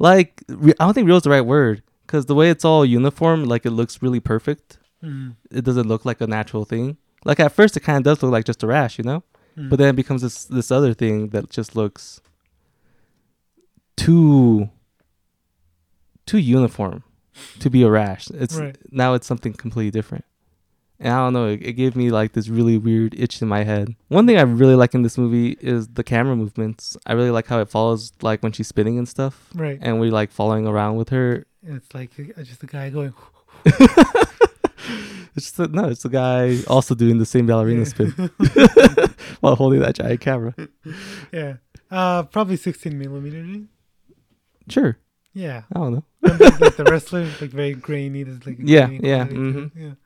Speaker 2: like re- I don't think real is the right word because the way it's all uniform, like it looks really perfect.
Speaker 1: Mm.
Speaker 2: It doesn't look like a natural thing. Like at first, it kind of does look like just a rash, you know.
Speaker 1: Mm-hmm.
Speaker 2: But then it becomes this this other thing that just looks too too uniform to be a rash. It's
Speaker 1: Right.
Speaker 2: now it's something completely different. And I don't know, it, it gave me like this really weird itch in my head. One thing I really like in this movie is the camera movements. I really like how it follows like when she's spinning and stuff.
Speaker 1: Right.
Speaker 2: And we like following around with her.
Speaker 1: And it's like uh, just a guy going,
Speaker 2: It's just, no, it's the guy also doing the same ballerina spin while holding that giant camera.
Speaker 1: yeah, uh, probably 16 millimeter. right?
Speaker 2: Sure.
Speaker 1: Yeah,
Speaker 2: I don't know.
Speaker 1: Remember, like the wrestler, like very grainy. There's like a
Speaker 2: Yeah,
Speaker 1: grainy
Speaker 2: yeah, Mm-hmm.
Speaker 1: quality to it,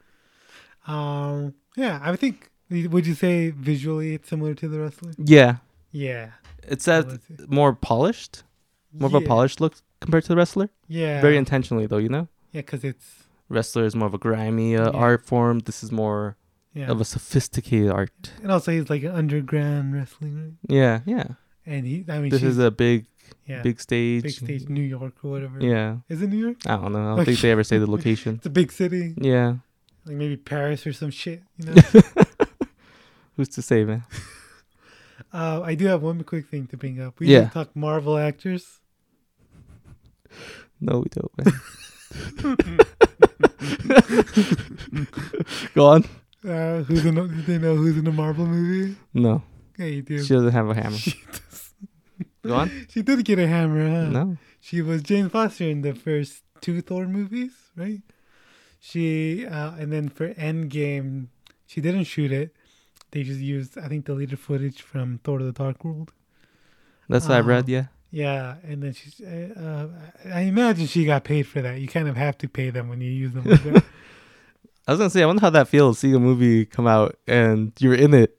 Speaker 1: yeah. Um, yeah, I think. Would you say visually it's similar to the wrestler?
Speaker 2: Yeah.
Speaker 1: Yeah,
Speaker 2: It's that
Speaker 1: Quality.
Speaker 2: more polished, more of a
Speaker 1: Yeah.
Speaker 2: polished look compared to the wrestler.
Speaker 1: Yeah,
Speaker 2: Very intentionally, though, you know?
Speaker 1: yeah, because it's
Speaker 2: Wrestler is more of a grimy uh,
Speaker 1: Yeah.
Speaker 2: art form. This is more
Speaker 1: yeah,
Speaker 2: of a sophisticated art.
Speaker 1: and also he's like an underground wrestling,
Speaker 2: Yeah, yeah.
Speaker 1: right? and he. I mean,
Speaker 2: This
Speaker 1: she's,
Speaker 2: is a big,
Speaker 1: yeah,
Speaker 2: big stage.
Speaker 1: big stage, New York or whatever.
Speaker 2: Yeah.
Speaker 1: is it New York?
Speaker 2: I don't know. I don't think they ever say the location.
Speaker 1: It's a big city,
Speaker 2: Yeah.
Speaker 1: like maybe Paris or some shit. You know.
Speaker 2: Who's to say, man?
Speaker 1: Uh, I do have one quick thing to bring up. We
Speaker 2: Yeah.
Speaker 1: didn't talk Marvel actors.
Speaker 2: No, we don't, man. Go on.
Speaker 1: Uh, who's in? Do they know who's in a Marvel movie?
Speaker 2: No,
Speaker 1: Yeah, you do.
Speaker 2: she doesn't have a hammer.
Speaker 1: She does-
Speaker 2: Go on.
Speaker 1: She did get a hammer, huh?
Speaker 2: No.
Speaker 1: She was Jane Foster in the first two Thor movies, right? She uh, and then for Endgame, she didn't shoot it. They just used, I think, deleted footage from Thor: The Dark World.
Speaker 2: That's what I
Speaker 1: Uh,
Speaker 2: read, yeah.
Speaker 1: Yeah, and then she's. Uh, uh, I imagine she got paid for that. You kind of have to pay them when you use them. Like that.
Speaker 2: I was gonna say, I wonder how that feels seeing a movie come out and you're in it,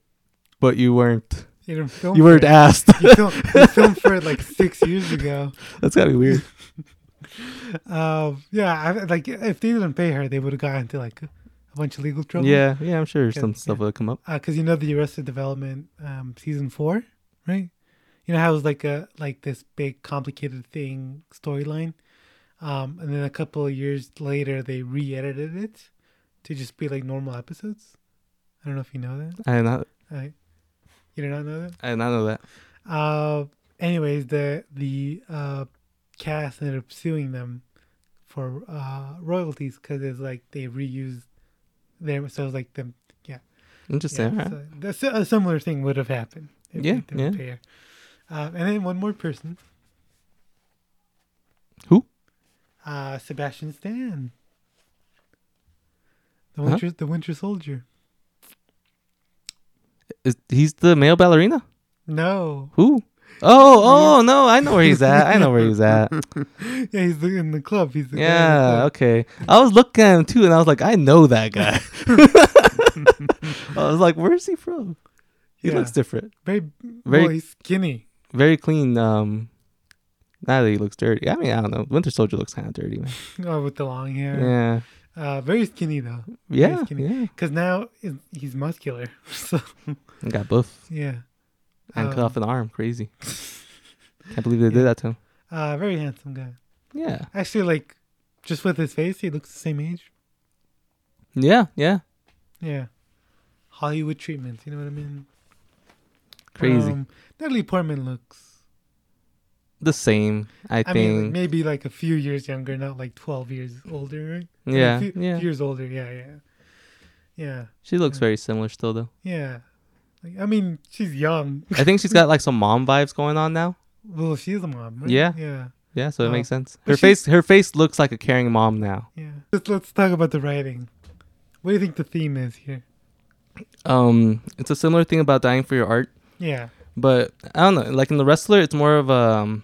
Speaker 2: but you weren't.
Speaker 1: You don't film
Speaker 2: You
Speaker 1: for
Speaker 2: weren't
Speaker 1: it.
Speaker 2: asked.
Speaker 1: you, film, you filmed for it like six years ago.
Speaker 2: That's gotta be weird.
Speaker 1: Um, yeah, I, like if they didn't pay her, they would have gotten into like a bunch of legal trouble.
Speaker 2: Yeah, yeah, I'm sure
Speaker 1: Okay,
Speaker 2: some stuff
Speaker 1: yeah.
Speaker 2: will come up.
Speaker 1: because you know the Arrested Development um, season four, right? You know how it was like a like this big complicated thing storyline, um, and then a couple of years later they re-edited it to just be like normal episodes. I don't know if you know that.
Speaker 2: I did not,
Speaker 1: I, you did not know that.
Speaker 2: I did not know that.
Speaker 1: Uh, anyways, the the uh, cast ended up suing them for uh, royalties because it's like they reused their so it's like the yeah,
Speaker 2: Interesting. alright.
Speaker 1: so that's a similar thing would have happened.
Speaker 2: Yeah,
Speaker 1: they didn't
Speaker 2: yeah.
Speaker 1: pay her. Uh, and then one more person.
Speaker 2: Who?
Speaker 1: Uh, Sebastian Stan. The Winter, the Winter Soldier.
Speaker 2: Is, he's the male ballerina.
Speaker 1: No,
Speaker 2: Who? Oh, oh no, I know where he's at. I know where he's at.
Speaker 1: yeah, he's the, in the club. He's uh, the guy in the
Speaker 2: Yeah,
Speaker 1: club.
Speaker 2: okay. I was looking at him too, and I was like, I know that guy. I was like, where's he from? He
Speaker 1: Yeah.
Speaker 2: looks different.
Speaker 1: very
Speaker 2: very-
Speaker 1: very well, he's skinny.
Speaker 2: Very clean. Um, now that he looks dirty. I mean, I don't know. Winter Soldier looks kind of dirty, man.
Speaker 1: Oh, with the long hair.
Speaker 2: Yeah,
Speaker 1: Uh, very skinny though,
Speaker 2: yeah,
Speaker 1: skinny.
Speaker 2: yeah.
Speaker 1: because now it- he's muscular. So
Speaker 2: And got buff
Speaker 1: yeah,
Speaker 2: and cut
Speaker 1: Um,
Speaker 2: off an arm. Crazy. Can't believe they did that to him.
Speaker 1: uh, very handsome guy.
Speaker 2: Yeah,
Speaker 1: Actually, like just with his face, he looks the same age.
Speaker 2: yeah, yeah.
Speaker 1: Yeah, Hollywood treatments. You know what I mean?
Speaker 2: Crazy.
Speaker 1: Um, Natalie Portman looks.
Speaker 2: the same, I,
Speaker 1: I mean, like,
Speaker 2: think.
Speaker 1: maybe like a few years younger, not like twelve years older, right? Like,
Speaker 2: yeah,
Speaker 1: a few,
Speaker 2: yeah.
Speaker 1: few years older. Yeah, yeah, yeah,
Speaker 2: She looks
Speaker 1: yeah.
Speaker 2: very similar still, though.
Speaker 1: yeah. Like, I mean, she's young.
Speaker 2: I think she's got like some mom vibes going on now.
Speaker 1: Well, she's a mom. Right?
Speaker 2: Yeah.
Speaker 1: yeah.
Speaker 2: Yeah, so it
Speaker 1: Oh.
Speaker 2: makes sense.
Speaker 1: But
Speaker 2: Her
Speaker 1: she-
Speaker 2: face, her face looks like a caring mom now.
Speaker 1: Yeah. Let's, let's talk about the writing. What do you think the theme is here?
Speaker 2: Um, it's a similar thing about dying for your art,
Speaker 1: Yeah.
Speaker 2: but I don't know. Like in the wrestler, it's more of a um,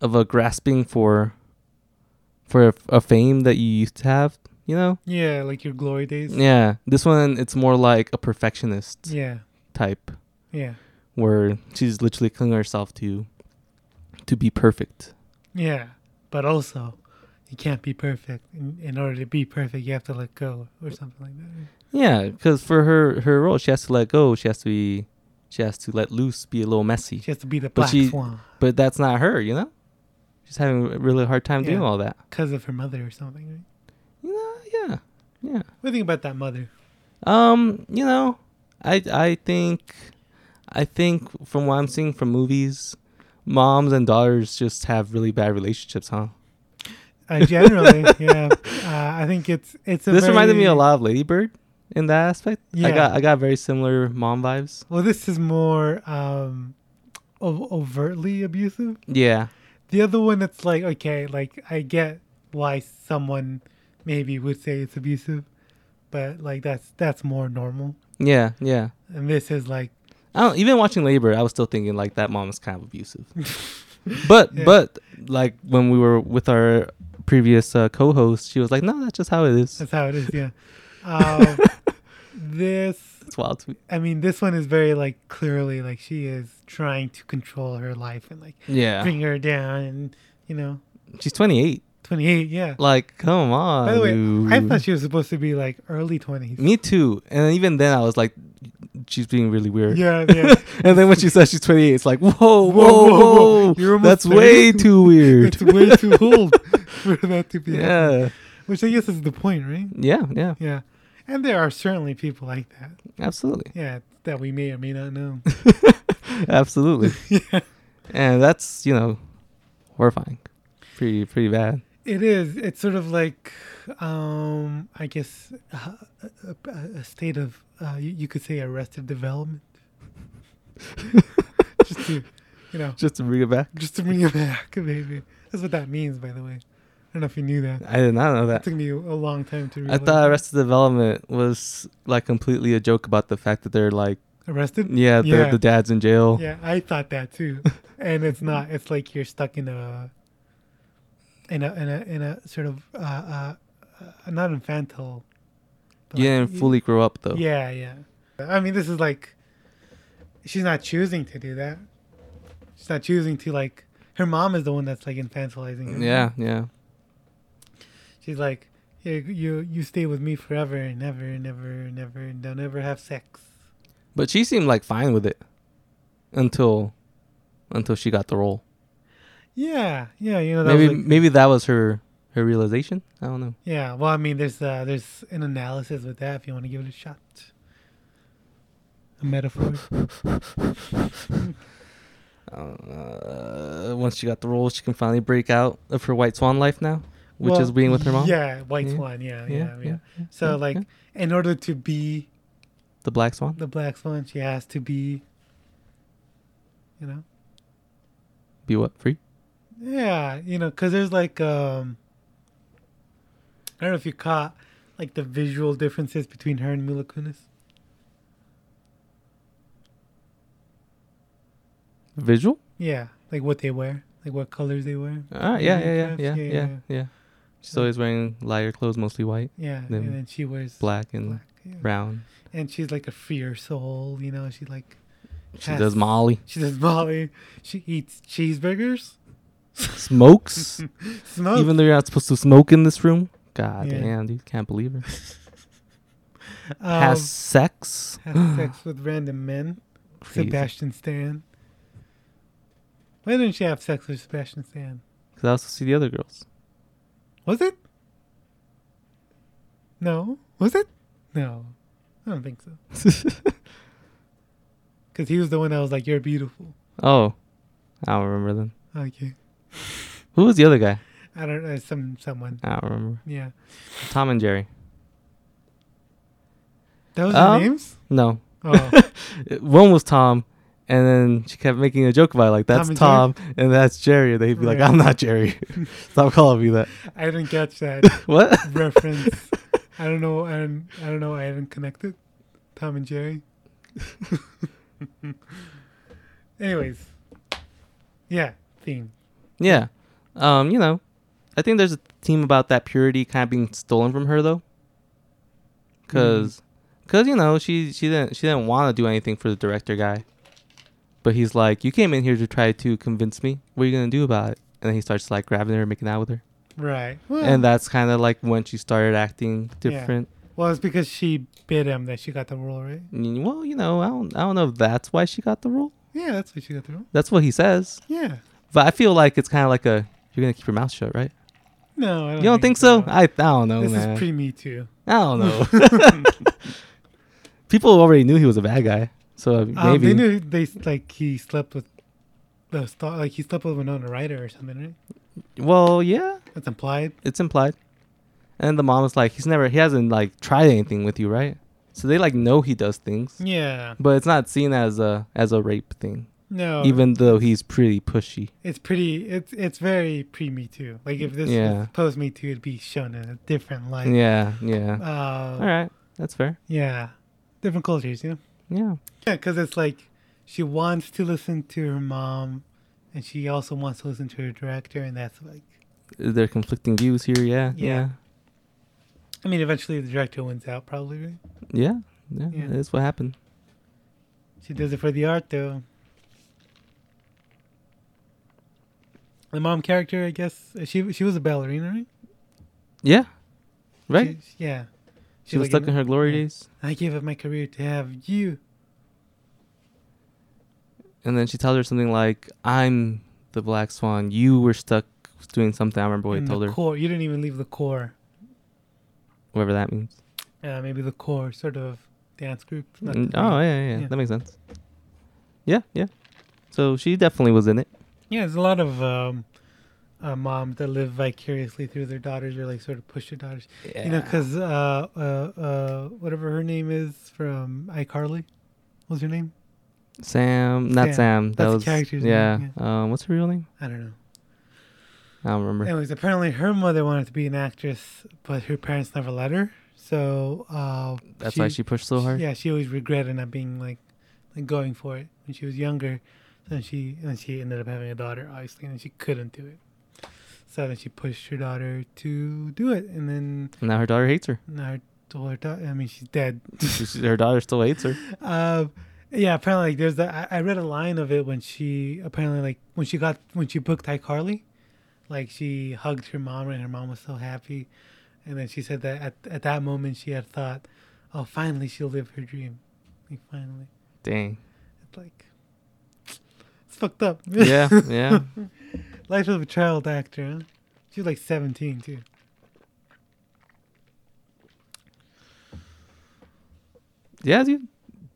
Speaker 2: of a grasping for for a, a fame that you used to have. You know?
Speaker 1: Yeah, like your glory days.
Speaker 2: Yeah. This one, it's more like a perfectionist
Speaker 1: Yeah.
Speaker 2: type,
Speaker 1: Yeah.
Speaker 2: where she's literally clinging herself to to be perfect.
Speaker 1: Yeah. But also, you can't be perfect. In, in order to be perfect, you have to let go or something like that.
Speaker 2: Yeah, because for her her role, she has to let go. She has to be she has to let loose, be a little messy.
Speaker 1: She has to be the
Speaker 2: But
Speaker 1: black
Speaker 2: she-
Speaker 1: swan
Speaker 2: But that's not her, you know? She's having a really hard time doing
Speaker 1: Yeah.
Speaker 2: all that.
Speaker 1: because of her mother or something. Right?
Speaker 2: You know, yeah. Yeah.
Speaker 1: What do you think about that mother?
Speaker 2: Um, you know, I I think I think from what I'm seeing from movies, moms and daughters just have really bad relationships, huh?
Speaker 1: Uh, generally, yeah. Uh, I think it's it's. A
Speaker 2: this reminded me
Speaker 1: very-
Speaker 2: a lot of Lady Bird. in that aspect. I
Speaker 1: Yeah.
Speaker 2: got I got very similar mom vibes.
Speaker 1: Well, this is more um, o- overtly abusive.
Speaker 2: Yeah.
Speaker 1: The other one that's like, okay, like I get why someone maybe would say it's abusive, but like that's that's more normal.
Speaker 2: Yeah, yeah.
Speaker 1: And this is like,
Speaker 2: I don't even watching Labor, I was still thinking like that mom is kind of abusive. but
Speaker 1: Yeah.
Speaker 2: but like when we were with our previous uh, co-host, she was like, "No, that's just how it is."
Speaker 1: that's how it is. Yeah. Um, this,
Speaker 2: It's wild to me.
Speaker 1: I mean, this one is very like clearly like she is trying to control her life and like
Speaker 2: Yeah.
Speaker 1: bring her down and you know,
Speaker 2: She's 28.
Speaker 1: 28. Yeah.
Speaker 2: Like, come on.
Speaker 1: By the way, I
Speaker 2: dude.
Speaker 1: thought she was supposed to be like early 20s.
Speaker 2: Me too. And even then, I was like, she's being really weird.
Speaker 1: Yeah, yeah.
Speaker 2: And then when she says she's 28, it's like, whoa, whoa,
Speaker 1: Whoa,
Speaker 2: whoa.
Speaker 1: whoa, whoa. You're almost
Speaker 2: That's way
Speaker 1: 30.
Speaker 2: too weird.
Speaker 1: it's way too old for that to be. happening.
Speaker 2: yeah.
Speaker 1: Which I guess is the point, right?
Speaker 2: Yeah. Yeah.
Speaker 1: Yeah. And there are certainly people like that.
Speaker 2: Absolutely.
Speaker 1: Yeah, that we may or may not know.
Speaker 2: Absolutely.
Speaker 1: yeah.
Speaker 2: And that's, you know, horrifying. Pretty, pretty bad.
Speaker 1: It is. It's sort of like, um, I guess, uh, a, a, a state of, uh, you, you could say, arrested development. just to, you know,
Speaker 2: Just to bring it back.
Speaker 1: just to bring it back, baby. That's what that means, by the way. I don't know if you knew that.
Speaker 2: I did not know
Speaker 1: It
Speaker 2: that.
Speaker 1: took me a a long time to
Speaker 2: I
Speaker 1: realize.
Speaker 2: thought Arrested Development was like completely a joke about the fact that they're like,
Speaker 1: arrested.
Speaker 2: yeah,
Speaker 1: Yeah.
Speaker 2: The, the dad's in jail.
Speaker 1: Yeah, I thought that too, and it's not. It's like you're stuck in a, in a, in a, in a sort of uh, uh, uh not infantil. but
Speaker 2: You
Speaker 1: like-
Speaker 2: didn't fully grow up though.
Speaker 1: Yeah, yeah. I mean, this is like, she's not choosing to do that. She's not choosing to like. Her mom is the one that's like infantilizing her.
Speaker 2: Yeah. Yeah.
Speaker 1: She's like, you, you, you stay with me forever and never and never and never and don't ever have sex.
Speaker 2: But she seemed like fine with it until until she got the role.
Speaker 1: Yeah, yeah. You know that was,
Speaker 2: Maybe
Speaker 1: like-
Speaker 2: maybe that was her her realization. I don't know.
Speaker 1: Yeah, well, I mean, there's uh, there's an analysis with that if you want to give it a shot. A metaphor.
Speaker 2: Uh, once she got the role, she can finally break out of her white swan life now, which
Speaker 1: Well,
Speaker 2: is being with her mom.
Speaker 1: Yeah, white
Speaker 2: Yeah,
Speaker 1: swan. Yeah, yeah,
Speaker 2: yeah,
Speaker 1: yeah.
Speaker 2: yeah,
Speaker 1: So
Speaker 2: yeah,
Speaker 1: like,
Speaker 2: yeah.
Speaker 1: in order to be
Speaker 2: The black swan.
Speaker 1: the black swan, she has to be. You know.
Speaker 2: Be what free?
Speaker 1: Yeah, you know, because there's like um. I don't know if you caught like the visual differences between her and Mila Kunis.
Speaker 2: Visual.
Speaker 1: Yeah, like what they wear, like what colors they wear.
Speaker 2: Ah, yeah, yeah, yeah,
Speaker 1: Perhaps,
Speaker 2: yeah, yeah, yeah, She's always wearing lighter clothes, mostly white,
Speaker 1: Yeah,
Speaker 2: Then
Speaker 1: and then she wears
Speaker 2: black, and
Speaker 1: black, yeah.
Speaker 2: brown.
Speaker 1: and she's like a fierce soul, you know. She like
Speaker 2: She
Speaker 1: Yes.
Speaker 2: does Molly,
Speaker 1: she does Molly. She eats cheeseburgers.
Speaker 2: smokes.
Speaker 1: Smokes.
Speaker 2: Even though you're not supposed to smoke in this room. God
Speaker 1: Oh. Yeah.
Speaker 2: damn, dude, can't believe her.
Speaker 1: um,
Speaker 2: has sex.
Speaker 1: has sex with random men.
Speaker 2: Crazy.
Speaker 1: Sebastian Stan. Why didn't she have sex with Sebastian Stan?
Speaker 2: Cause I also see the other girls.
Speaker 1: Was it? No. Was it? No. I don't think so. Because he was the one that was like, "You're beautiful."
Speaker 2: Oh, I don't remember them.
Speaker 1: Okay.
Speaker 2: Who was the other guy?
Speaker 1: I don't know. Some someone.
Speaker 2: I don't remember.
Speaker 1: Yeah.
Speaker 2: Tom and Jerry.
Speaker 1: That was
Speaker 2: Um,
Speaker 1: the names.
Speaker 2: No,
Speaker 1: Oh.
Speaker 2: Uh, one was Tom, and then she kept making a joke about it, like
Speaker 1: Tom
Speaker 2: that's
Speaker 1: and
Speaker 2: Tom, and that's Jerry. They'd be like,
Speaker 1: Right.
Speaker 2: "I'm not Jerry. Stop calling me that."
Speaker 1: I didn't catch that
Speaker 2: What?
Speaker 1: reference. I don't know. I don't, I don't know. I didn't connect it. Tom and Jerry. Anyways, yeah, theme.
Speaker 2: Yeah. Um, you know, I think there's a theme about that purity kind of being stolen from her though.
Speaker 1: Mm-hmm.
Speaker 2: Cause, cause you know she she didn't she didn't want to do anything for the director guy, but he's like, you came in here to try to convince me. What are you gonna do about it? And then he starts like grabbing her, making out with her,
Speaker 1: Right. Well,
Speaker 2: and that's kind of like when she started acting
Speaker 1: Hmm. Yeah.
Speaker 2: different.
Speaker 1: well, it's because she bit him that she got the role, right?
Speaker 2: Mm, Well, you know, I don't I don't know if that's why she got the role.
Speaker 1: Yeah, that's what she got the role.
Speaker 2: That's what he says,
Speaker 1: Yeah.
Speaker 2: but I feel like it's kind of like a you're gonna keep your mouth shut, right?
Speaker 1: No, I don't.
Speaker 2: You don't think so?
Speaker 1: I
Speaker 2: I, I don't know,
Speaker 1: this
Speaker 2: man.
Speaker 1: is pre Me Too.
Speaker 2: I don't know. People already knew he was a bad guy, so maybe.
Speaker 1: Um, they knew they like he slept with the star, like he slept with Winona Ryder or something, right?
Speaker 2: well, yeah,
Speaker 1: That's implied.
Speaker 2: it's implied. And the mom is like, he's never, he hasn't like tried anything with you, right? So they like know he does things,
Speaker 1: Yeah.
Speaker 2: but it's not seen as a as a rape thing,
Speaker 1: No.
Speaker 2: even though he's pretty pushy.
Speaker 1: it's pretty. It's it's very pre Me Too. Like if this
Speaker 2: Yeah.
Speaker 1: was post Me Too, it'd be shown in a different light.
Speaker 2: Yeah, yeah.
Speaker 1: Uh,
Speaker 2: All right, that's fair.
Speaker 1: Yeah. Different cultures, you know.
Speaker 2: Yeah,
Speaker 1: Yeah, because it's like she wants to listen to her mom, and she also wants to listen to her director, and that's like.
Speaker 2: there are conflicting views here. Yeah, yeah,
Speaker 1: Yeah. I mean, eventually the director wins out, probably. Right?
Speaker 2: yeah. Yeah,
Speaker 1: Yeah.
Speaker 2: that's what happened.
Speaker 1: She does it for the art, though. The mom character, I guess, uh, she she was a ballerina, right?
Speaker 2: Yeah, right.
Speaker 1: She- she- yeah.
Speaker 2: She, was stuck in her glory
Speaker 1: yeah.
Speaker 2: days,
Speaker 1: I gave up my career to have you.
Speaker 2: and then she tells her something like, "I'm the black swan. You were stuck doing something." I remember what
Speaker 1: in
Speaker 2: he
Speaker 1: the
Speaker 2: told her,
Speaker 1: core. You didn't even leave the core.
Speaker 2: whatever that means.
Speaker 1: Uh, maybe the core sort of dance group. not
Speaker 2: Mm,
Speaker 1: the-
Speaker 2: Oh yeah, yeah, yeah,
Speaker 1: Yeah.
Speaker 2: that makes sense. Yeah, yeah. So she definitely was in it.
Speaker 1: Yeah, there's a lot of um, uh, moms that live vicariously through their daughters or like sort of push their daughters.
Speaker 2: Yeah.
Speaker 1: You know, because uh, uh, uh, whatever her name is from iCarly, what was her name?
Speaker 2: Sam, not
Speaker 1: Sam.
Speaker 2: Sam. That
Speaker 1: That's the
Speaker 2: was
Speaker 1: character's name,
Speaker 2: yeah. Um, what's her real name?
Speaker 1: I don't know.
Speaker 2: I don't remember.
Speaker 1: Anyways, apparently her mother wanted to be an actress, but her parents never let her. So uh,
Speaker 2: That's why she pushed so hard.
Speaker 1: Yeah, she always regretted not being like, like going for it when she was younger. And she and she ended up having a daughter, obviously, and she couldn't do it. So then she pushed her daughter to do it, and then
Speaker 2: And now her daughter hates her.
Speaker 1: now her, well, her daughter. I mean, she's dead.
Speaker 2: She- she- her daughter still hates her.
Speaker 1: Uh, yeah, apparently, like, there's the I, I read a line of it when she apparently like when she got when she booked iCarly, like she hugged her mom and her mom was so happy, and then she said that at at that moment she had thought, oh, finally she'll live her dream, like finally,
Speaker 2: Dang.
Speaker 1: it's like it's fucked up.
Speaker 2: Yeah, yeah.
Speaker 1: Life of a child actor. Huh? She was like 17 too.
Speaker 2: Yeah, dude.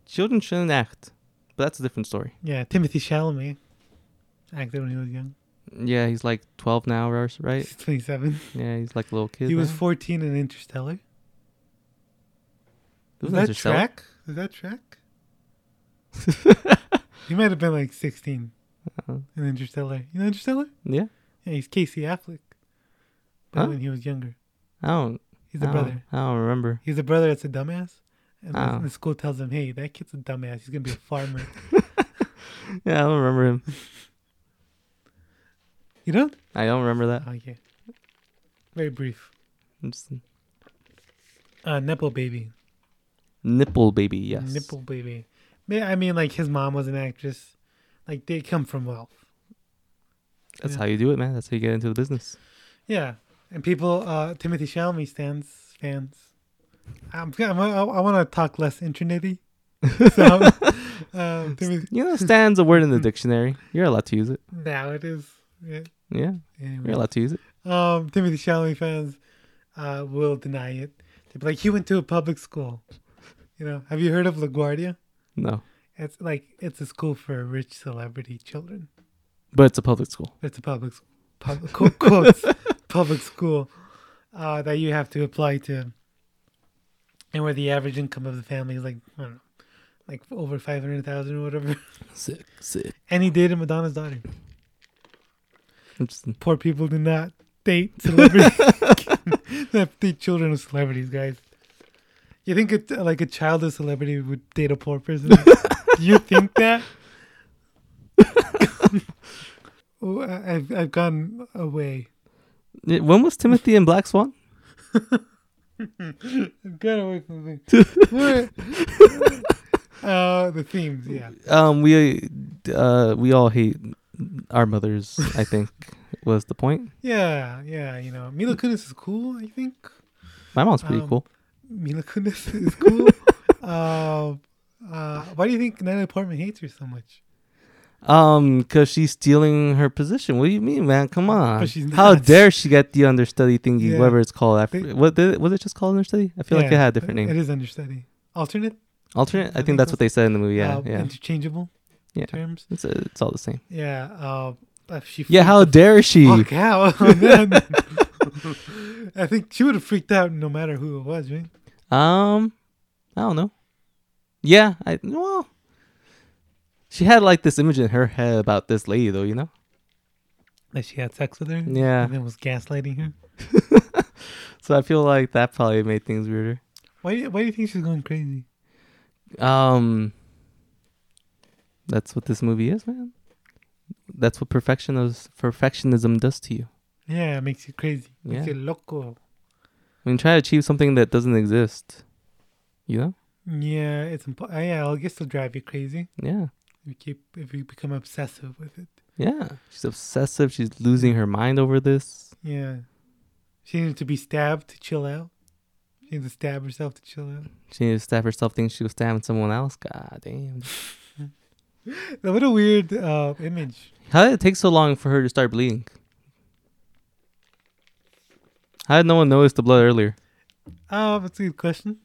Speaker 2: Children shouldn't act. But that's a different story.
Speaker 1: Yeah, Timothy Chalamet acted when he was young.
Speaker 2: Yeah, he's like 12 now, or s- right?
Speaker 1: He's 27.
Speaker 2: Yeah, he's like a little kid.
Speaker 1: He was
Speaker 2: now.
Speaker 1: 14 in Interstellar.
Speaker 2: It
Speaker 1: Is
Speaker 2: was
Speaker 1: that
Speaker 2: Interstellar.
Speaker 1: track? Is that track? he might have been like 16
Speaker 2: Uh-huh.
Speaker 1: in Interstellar. You know Interstellar?
Speaker 2: Yeah.
Speaker 1: Yeah, he's Casey Affleck.
Speaker 2: Huh? Oh.
Speaker 1: But When he was younger,
Speaker 2: I don't.
Speaker 1: he's a
Speaker 2: I don't-
Speaker 1: brother.
Speaker 2: I don't remember.
Speaker 1: He's a brother that's a dumbass. And the-
Speaker 2: Oh.
Speaker 1: the school tells him, "Hey, that kid's a dumbass. He's gonna be a farmer."
Speaker 2: Yeah, I don't remember him.
Speaker 1: you don't?
Speaker 2: I don't remember that.
Speaker 1: Okay. Very brief.
Speaker 2: I'm just-
Speaker 1: Uh, nipple baby.
Speaker 2: Nipple baby, yes.
Speaker 1: Nipple baby. Ma- I mean, like his mom was an actress. Like they come from wealth.
Speaker 2: That's
Speaker 1: Yeah.
Speaker 2: how you do it, man. That's how you get into the business.
Speaker 1: Yeah, and people, uh, Timothy Chalamet stands fans. I'm, I'm I, want to talk less internety. So, um, Timothy,
Speaker 2: You know, stands a word in the dictionary. You're allowed to use it.
Speaker 1: now it is. Yeah,
Speaker 2: Yeah, you're
Speaker 1: anyway.
Speaker 2: allowed to use it.
Speaker 1: Um, Timothy Chalamet fans uh, will deny it. They'll be like, he went to a public school. You know, have you heard of LaGuardia?
Speaker 2: No,
Speaker 1: It's like it's a school for rich celebrity children.
Speaker 2: but it's a public school.
Speaker 1: It's a public, s- pub, qu- quotes, public school uh, that you have to apply to, and where the average income of the family is like I don't know, like over five hundred thousand or whatever.
Speaker 2: Sick, sick.
Speaker 1: And he dated Madonna's daughter.
Speaker 2: Interesting.
Speaker 1: Poor people do not date celebrities. they have to date children of celebrities, guys. You think it, like a child of celebrity would date a poor person? you think that? Oh, I- I've I've gone away.
Speaker 2: Yeah, When was Timothy in Black Swan?
Speaker 1: Get away from me. What? uh, the themes, yeah.
Speaker 2: Um, we uh we all hate our mothers. I think was the point.
Speaker 1: Yeah, yeah, you know. Mila Kunis is cool, I think.
Speaker 2: My mom's pretty
Speaker 1: Um,
Speaker 2: cool.
Speaker 1: Mila Kunis is cool. uh, uh, why do you think Natalie Portman hates her so much?
Speaker 2: Um, cause she's stealing her position. What do you mean, man? Come on.
Speaker 1: But she's
Speaker 2: How
Speaker 1: not.
Speaker 2: dare she get the understudy thingy,
Speaker 1: Yeah.
Speaker 2: whatever it's called. I,
Speaker 1: They-
Speaker 2: f- what did, was it just called understudy? I feel like it
Speaker 1: Yeah,
Speaker 2: had a different
Speaker 1: It
Speaker 2: name.
Speaker 1: is understudy. Alternate?
Speaker 2: Alternate. I
Speaker 1: I
Speaker 2: think,
Speaker 1: think
Speaker 2: that's
Speaker 1: it
Speaker 2: what they said in the movie. Yeah,
Speaker 1: uh,
Speaker 2: yeah,
Speaker 1: Interchangeable
Speaker 2: yeah.
Speaker 1: terms.
Speaker 2: It's, it's all the same.
Speaker 1: Yeah. Uh, uh, she
Speaker 2: Yeah,
Speaker 1: freaked
Speaker 2: how
Speaker 1: the
Speaker 2: dare she?
Speaker 1: fuck out on that. I think she would have freaked out no matter who it was, right?
Speaker 2: Um, I don't know. Yeah, I well, she had like this image in her head about this lady, though. You know.
Speaker 1: That she had sex with her.
Speaker 2: Yeah.
Speaker 1: And then was gaslighting her.
Speaker 2: So I feel like that probably made things weirder.
Speaker 1: Why do you, why do you think she's going crazy?
Speaker 2: Um, that's what this movie is, man. That's what perfectionism perfectionism does to you.
Speaker 1: Yeah, it makes you crazy. Makes
Speaker 2: Yeah.
Speaker 1: you loco.
Speaker 2: I mean, try to achieve something that doesn't exist. You know?
Speaker 1: Yeah, it's impo- uh, yeah. I guess it'll drive you crazy
Speaker 2: Yeah,
Speaker 1: if you keep if you become obsessive with it.
Speaker 2: yeah. She's obsessive. She's losing her mind over this.
Speaker 1: Yeah, she needed to be stabbed to chill out. She needed to stab herself to chill out.
Speaker 2: She needs to stab herself, thinking she was stabbing someone else. God damn!
Speaker 1: Now, What a weird uh, image.
Speaker 2: How did it take so long for her to start bleeding? How did no one notice the blood earlier?
Speaker 1: Ah, that's a good question.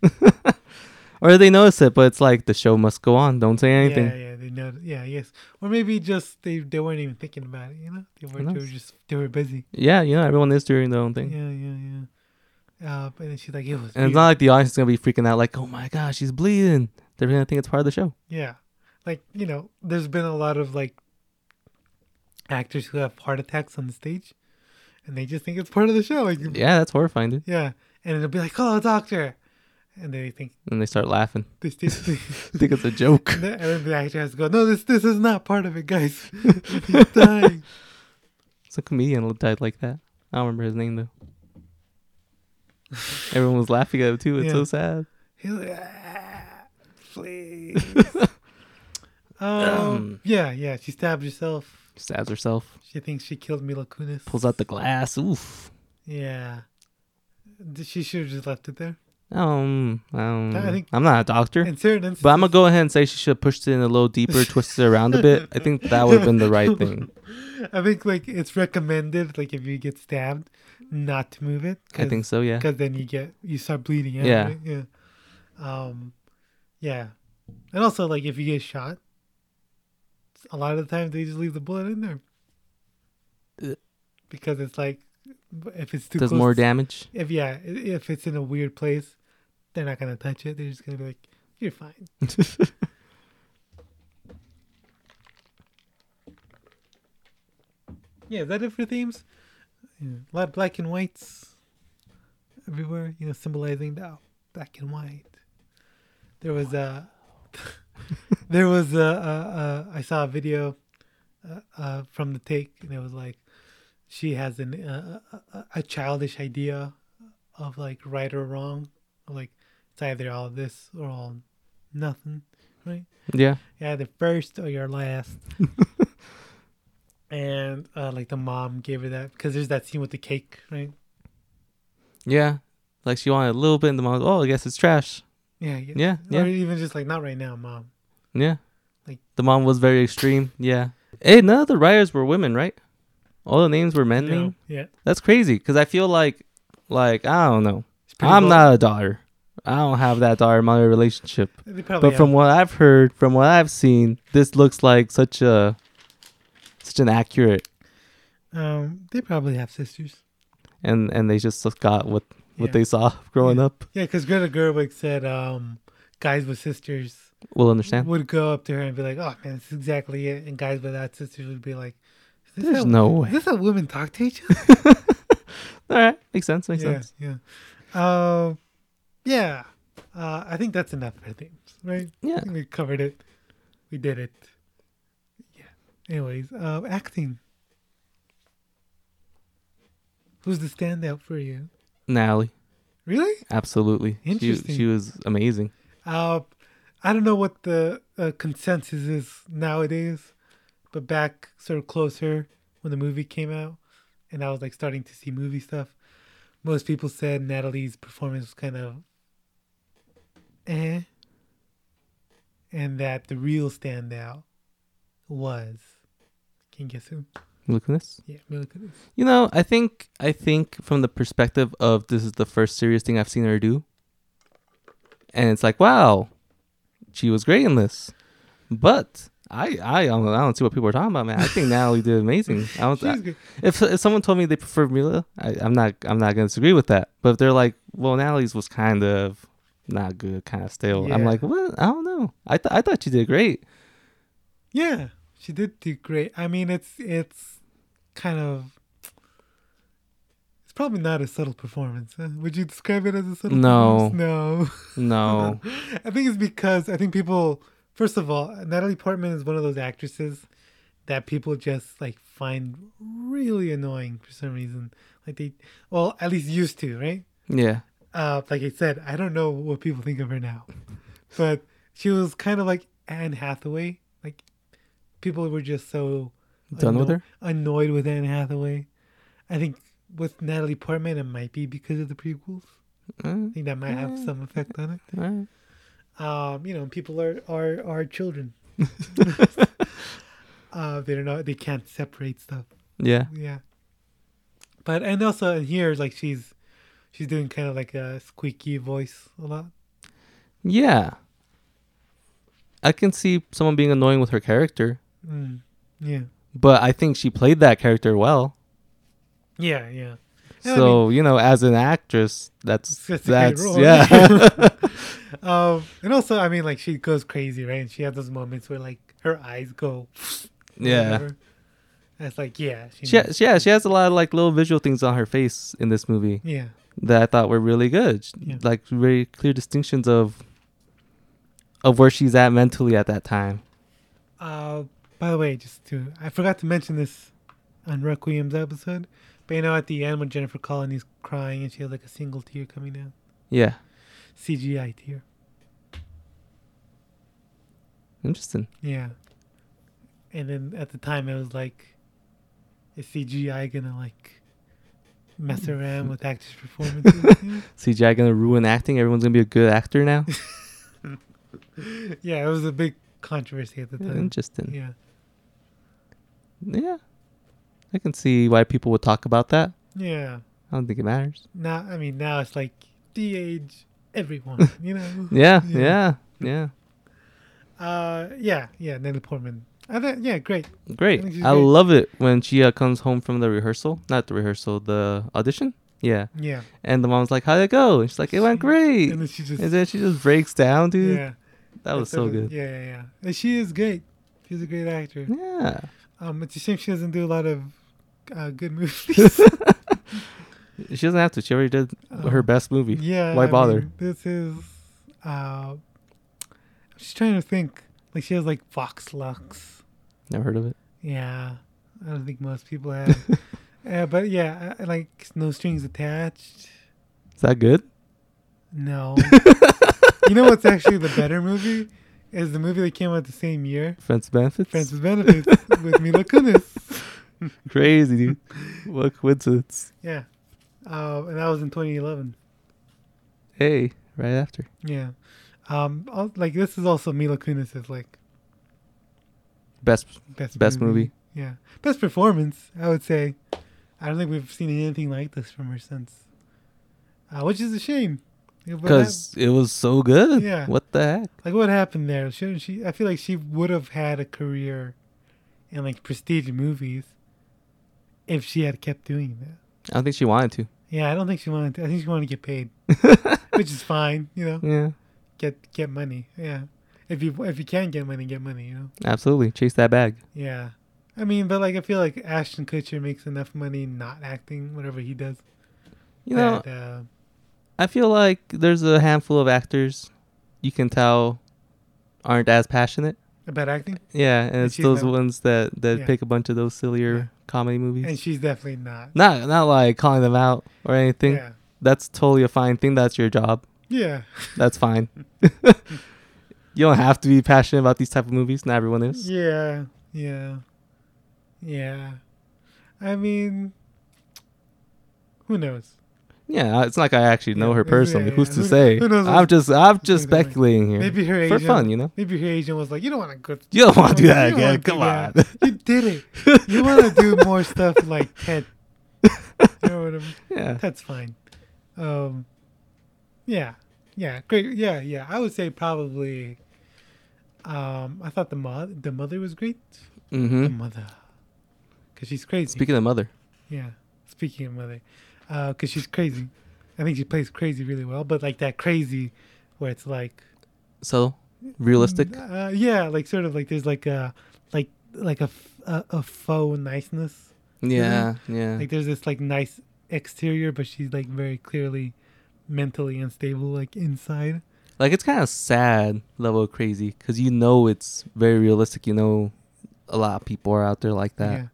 Speaker 2: Or they notice it, but it's like the show must go on. Don't say anything.
Speaker 1: Yeah, yeah, they know. Yeah, yes. Or maybe just they they weren't even thinking about it. You know, they were, they were
Speaker 2: knows?
Speaker 1: just they were busy.
Speaker 2: Yeah, you know, everyone is doing their own thing.
Speaker 1: Yeah, yeah, yeah. Uh, and then she's like, it was.
Speaker 2: And
Speaker 1: weird.
Speaker 2: it's not like the audience is gonna be freaking out, like, "Oh my gosh, she's bleeding." They're gonna think it's part of the show.
Speaker 1: Yeah. Like, you know, there's been a lot of like actors who have heart attacks on the stage and they just think it's part of the show. Like yeah.
Speaker 2: Yeah, that's horrifying, dude.
Speaker 1: And it'll be like, Call a doctor and they think
Speaker 2: And they start laughing.
Speaker 1: this this
Speaker 2: I think it's a joke.
Speaker 1: and then the actor has to go, No, this this is not part of it, guys. He's dying.
Speaker 2: It's a comedian who died like that. I don't remember his name though. Everyone was laughing at him too. It's
Speaker 1: Yeah.
Speaker 2: so sad.
Speaker 1: He's like, ah, please. um, yeah, yeah. She stabbed herself.
Speaker 2: Stabs herself,
Speaker 1: She thinks she killed Mila Kunis.
Speaker 2: pulls out the glass. Oof.
Speaker 1: Yeah. She should have just left it there.
Speaker 2: Um, um
Speaker 1: I think-
Speaker 2: I'm not a doctor,
Speaker 1: In certain instances,
Speaker 2: but I'm gonna go ahead and say she should have pushed it in a little deeper, twisted it around a bit. I think that would have been the right thing.
Speaker 1: I think like it's recommended, like if you get stabbed, not to move it.
Speaker 2: I think so. Yeah.
Speaker 1: because then you get you start bleeding out.
Speaker 2: Yeah.
Speaker 1: right? yeah, um, yeah, and also like if you get shot, a lot of the times they just leave the bullet in there
Speaker 2: Ugh.
Speaker 1: because it's like if it's too
Speaker 2: Does
Speaker 1: close
Speaker 2: more
Speaker 1: to-
Speaker 2: damage.
Speaker 1: If yeah, i- if it's in a weird place, they're not gonna touch it. They're just gonna be like, "You're fine." yeah, is that it for themes? Yeah. A lot of black and whites everywhere, you know, symbolizing the black and white. There was a, there was a, a, a I saw a video, uh, uh, from the take, and it was like, she has an uh, a, a- a childish idea of like right or wrong, like it's either all this or all nothing, right?
Speaker 2: Yeah.
Speaker 1: Yeah, the first or your last. and uh, like the mom gave her that because there's that scene with the cake, right?
Speaker 2: Yeah. Like she wanted a little bit, and the mom was, oh, I guess it's trash.
Speaker 1: Yeah, yeah,
Speaker 2: Yeah,
Speaker 1: Or
Speaker 2: yeah.
Speaker 1: even just like not right now, mom.
Speaker 2: Yeah.
Speaker 1: Like-
Speaker 2: the mom was very extreme. Yeah. Hey, none of the writers were women, right? All the names were men.
Speaker 1: No,
Speaker 2: name?
Speaker 1: yeah,
Speaker 2: That's crazy because I feel like, like I don't know.
Speaker 1: It's pretty
Speaker 2: I'm
Speaker 1: bold.
Speaker 2: not a daughter. I don't have that daughter mother relationship.
Speaker 1: They probably
Speaker 2: But from what I've heard, from what I've seen, this looks like such a such an accurate,
Speaker 1: have, um, they probably have sisters.
Speaker 2: and and they just got what what
Speaker 1: Yeah.
Speaker 2: they saw growing up.
Speaker 1: Yeah, because Greta Gerwig said um, guys with sisters
Speaker 2: We'll understand.
Speaker 1: would go up to her and be like, "Oh man, this is exactly it." And guys without sisters would be like, is this
Speaker 2: There's
Speaker 1: how-
Speaker 2: no way.
Speaker 1: Is this how women talk to each other?"
Speaker 2: All right, makes sense. Makes
Speaker 1: yeah,
Speaker 2: sense.
Speaker 1: yeah, um, yeah. Uh, I think that's enough for themes, right?
Speaker 2: Yeah.
Speaker 1: I think we covered it. We did it. Yeah. Anyways, um, acting. Who's the standout for you?
Speaker 2: Natalie,
Speaker 1: Really?
Speaker 2: absolutely. She
Speaker 1: Interesting.
Speaker 2: she was amazing.
Speaker 1: Uh, I don't know what the uh, consensus is nowadays, but back sort of closer when the movie came out, and I was like starting to see movie stuff. Most people said Natalie's performance was kind of eh, and that the real standout was can you guess who?
Speaker 2: Look at this.
Speaker 1: Yeah, Mila Kunis.
Speaker 2: You know, I think I think from the perspective of this is the first serious thing I've seen her do. And it's like, wow, she was great in this. But I I don't, know- I don't see what people are talking about, man. I think Natalie did amazing. I don't,
Speaker 1: She's
Speaker 2: I,
Speaker 1: good.
Speaker 2: if if someone told me they preferred Mila, I, I'm not I'm not gonna disagree with that. But if they're like, well, Natalie's was kind of not good kind of still. I'm
Speaker 1: Yeah.
Speaker 2: like, what? I don't know. I th- I thought you did great.
Speaker 1: Yeah, she did do great. I mean, it's it's kind of it's probably not a subtle performance. Huh? Would you describe it as a subtle?
Speaker 2: No.
Speaker 1: performance? no.
Speaker 2: No,
Speaker 1: I think it's because I think people. First of all, Natalie Portman is one of those actresses that people just like find really annoying for some reason. Like they, well, at least used to, right?
Speaker 2: yeah,
Speaker 1: uh, like I said, I don't know what people think of her now, but she was kind of like Anne Hathaway. Like people were just so
Speaker 2: Done with her?
Speaker 1: annoyed with Anne Hathaway. I think with Natalie Portman, it might be because of the prequels.
Speaker 2: Mm,
Speaker 1: I think that might have some effect on it.
Speaker 2: all right.
Speaker 1: Um, you know, people are are are children. uh, they're not. They can't separate stuff.
Speaker 2: yeah.
Speaker 1: Yeah. But and also in here, like she's she's doing kind of like a squeaky voice a lot.
Speaker 2: Yeah. I can see someone being annoying with her character,
Speaker 1: Mm. Yeah.
Speaker 2: but I think she played that character well.
Speaker 1: Yeah, yeah. Yeah, I
Speaker 2: so, you know, as an actress, that's
Speaker 1: That's a great
Speaker 2: that's
Speaker 1: role.
Speaker 2: yeah.
Speaker 1: Um, and also, I mean, like she goes crazy, right? And she has those moments where like her eyes go. or
Speaker 2: yeah.
Speaker 1: whatever. That's like yeah. She,
Speaker 2: She,
Speaker 1: knows.
Speaker 2: she- yeah, she has a lot of like little visual things on her face in this movie
Speaker 1: Yeah.
Speaker 2: that I thought were really good.
Speaker 1: Yeah.
Speaker 2: Like very clear distinctions of of where she's at mentally at that time.
Speaker 1: Uh, by the way, just to I forgot to mention this on Requiem's episode, but you know at the end when Jennifer Colony's crying and she has like a single tear coming down,
Speaker 2: Yeah.
Speaker 1: CGI tear.
Speaker 2: Interesting.
Speaker 1: Yeah. And then at the time it was like, is CGI gonna like mess around with actors' performances?
Speaker 2: CGI gonna ruin acting. Everyone's gonna be a good actor now.
Speaker 1: yeah, it was a big controversy at the time.
Speaker 2: Interesting.
Speaker 1: Yeah.
Speaker 2: Yeah. I can see why people would talk about that.
Speaker 1: Yeah.
Speaker 2: I don't think it matters.
Speaker 1: Now, I mean, now it's like de-age everyone, you know?
Speaker 2: Yeah,
Speaker 1: Yeah.
Speaker 2: yeah, yeah.
Speaker 1: Uh, yeah, yeah, Natalie Portman. I thought, yeah, great.
Speaker 2: Great.
Speaker 1: Which is
Speaker 2: I
Speaker 1: great.
Speaker 2: love it when she uh, comes home from the rehearsal, not the rehearsal, the audition. Yeah.
Speaker 1: Yeah.
Speaker 2: And the mom's like, "How'd it go?" And she's like, "It went great."
Speaker 1: And then she just,
Speaker 2: And then she just breaks down, dude.
Speaker 1: yeah.
Speaker 2: that was
Speaker 1: I
Speaker 2: so
Speaker 1: thought it-
Speaker 2: good.
Speaker 1: Yeah, yeah, yeah. And she is great. She's a great actor.
Speaker 2: Yeah.
Speaker 1: Um, it's a shame she doesn't do a lot of uh, good movies.
Speaker 2: She doesn't have to. She already did her
Speaker 1: Um,
Speaker 2: best movie.
Speaker 1: yeah.
Speaker 2: Why
Speaker 1: I
Speaker 2: bother?
Speaker 1: mean, this is. Uh, I'm just trying to think. Like she has like Vox Lux.
Speaker 2: Never heard of it.
Speaker 1: Yeah, I don't think most people have. uh, but yeah, I- I like no strings attached.
Speaker 2: Is that good?
Speaker 1: No. you know what's actually the better movie is the movie that came out the same year,
Speaker 2: Friends with benefits.
Speaker 1: Friends with Benefits, with Mila Kunis.
Speaker 2: Crazy, dude. what a coincidence?
Speaker 1: Yeah, uh, and that was in 2011.
Speaker 2: Hey, right after.
Speaker 1: Yeah. Um, al- like this is also Mila Kunis's like
Speaker 2: Best.
Speaker 1: best
Speaker 2: Best movie.
Speaker 1: Yeah, best performance. I would say. I don't think we've seen anything like this from her since, uh, which is a shame. Yeah, but that-
Speaker 2: Because it was so good.
Speaker 1: Yeah.
Speaker 2: What the heck?
Speaker 1: like what happened there? Shouldn't she? I feel like she would have had a career in like prestige movies if she had kept doing that.
Speaker 2: I don't think she wanted to.
Speaker 1: Yeah, I don't think she wanted. To, I think she wanted to get paid, which is fine. You know,
Speaker 2: Yeah.
Speaker 1: get get money. Yeah, if you if you can get money, get money. You know.
Speaker 2: Absolutely. Chase that bag.
Speaker 1: Yeah. I mean, but like I feel like Ashton Kutcher makes enough money not acting, whatever he does.
Speaker 2: You know,
Speaker 1: that, uh,
Speaker 2: I feel like there's a handful of actors you can tell aren't as passionate.
Speaker 1: about acting,
Speaker 2: Yeah, and
Speaker 1: And
Speaker 2: it's
Speaker 1: she's
Speaker 2: those
Speaker 1: not-
Speaker 2: ones that that
Speaker 1: Yeah.
Speaker 2: pick a bunch of those sillier
Speaker 1: Yeah.
Speaker 2: comedy movies.
Speaker 1: and she's definitely not.
Speaker 2: not not like calling them out or anything.
Speaker 1: Yeah,
Speaker 2: That's totally a fine thing. That's your job.
Speaker 1: yeah,
Speaker 2: That's fine. you don't have to be passionate about these type of movies. Not everyone is.
Speaker 1: yeah, yeah, yeah. I mean, who knows?
Speaker 2: Yeah, it's not like I actually know
Speaker 1: Yeah,
Speaker 2: her
Speaker 1: yeah,
Speaker 2: personally.
Speaker 1: yeah,
Speaker 2: Who's
Speaker 1: yeah.
Speaker 2: to
Speaker 1: Who-
Speaker 2: say?
Speaker 1: who knows
Speaker 2: I'm
Speaker 1: what's-
Speaker 2: just I'm just
Speaker 1: who's gonna win.
Speaker 2: speculating here
Speaker 1: Maybe her
Speaker 2: for
Speaker 1: agent,
Speaker 2: fun, you know.
Speaker 1: Maybe her agent was like, "You don't want to go.
Speaker 2: You don't want to do that
Speaker 1: you don't
Speaker 2: again. Come
Speaker 1: wanna
Speaker 2: on.
Speaker 1: do that. you did it. You want to do more stuff like Ted. You know what I'm
Speaker 2: yeah.
Speaker 1: That's fine. Um, yeah, yeah, great. Yeah, yeah. I would say probably. Um, I thought the mother, the mother was great. The
Speaker 2: Mm-hmm.
Speaker 1: mother, because she's crazy.
Speaker 2: Speaking of mother,
Speaker 1: yeah, speaking uh, of mother, because she's crazy. I think she plays crazy really well, but like that crazy where it's like
Speaker 2: So realistic.
Speaker 1: uh, yeah, like sort of like there's like a like like a f- a, a faux niceness.
Speaker 2: Yeah, yeah.
Speaker 1: Like there's this like nice exterior, but she's like very clearly mentally unstable, like inside.
Speaker 2: Like it's kind of sad level of crazy because you know it's very realistic. You know, a lot of people are out there like that.
Speaker 1: Yeah,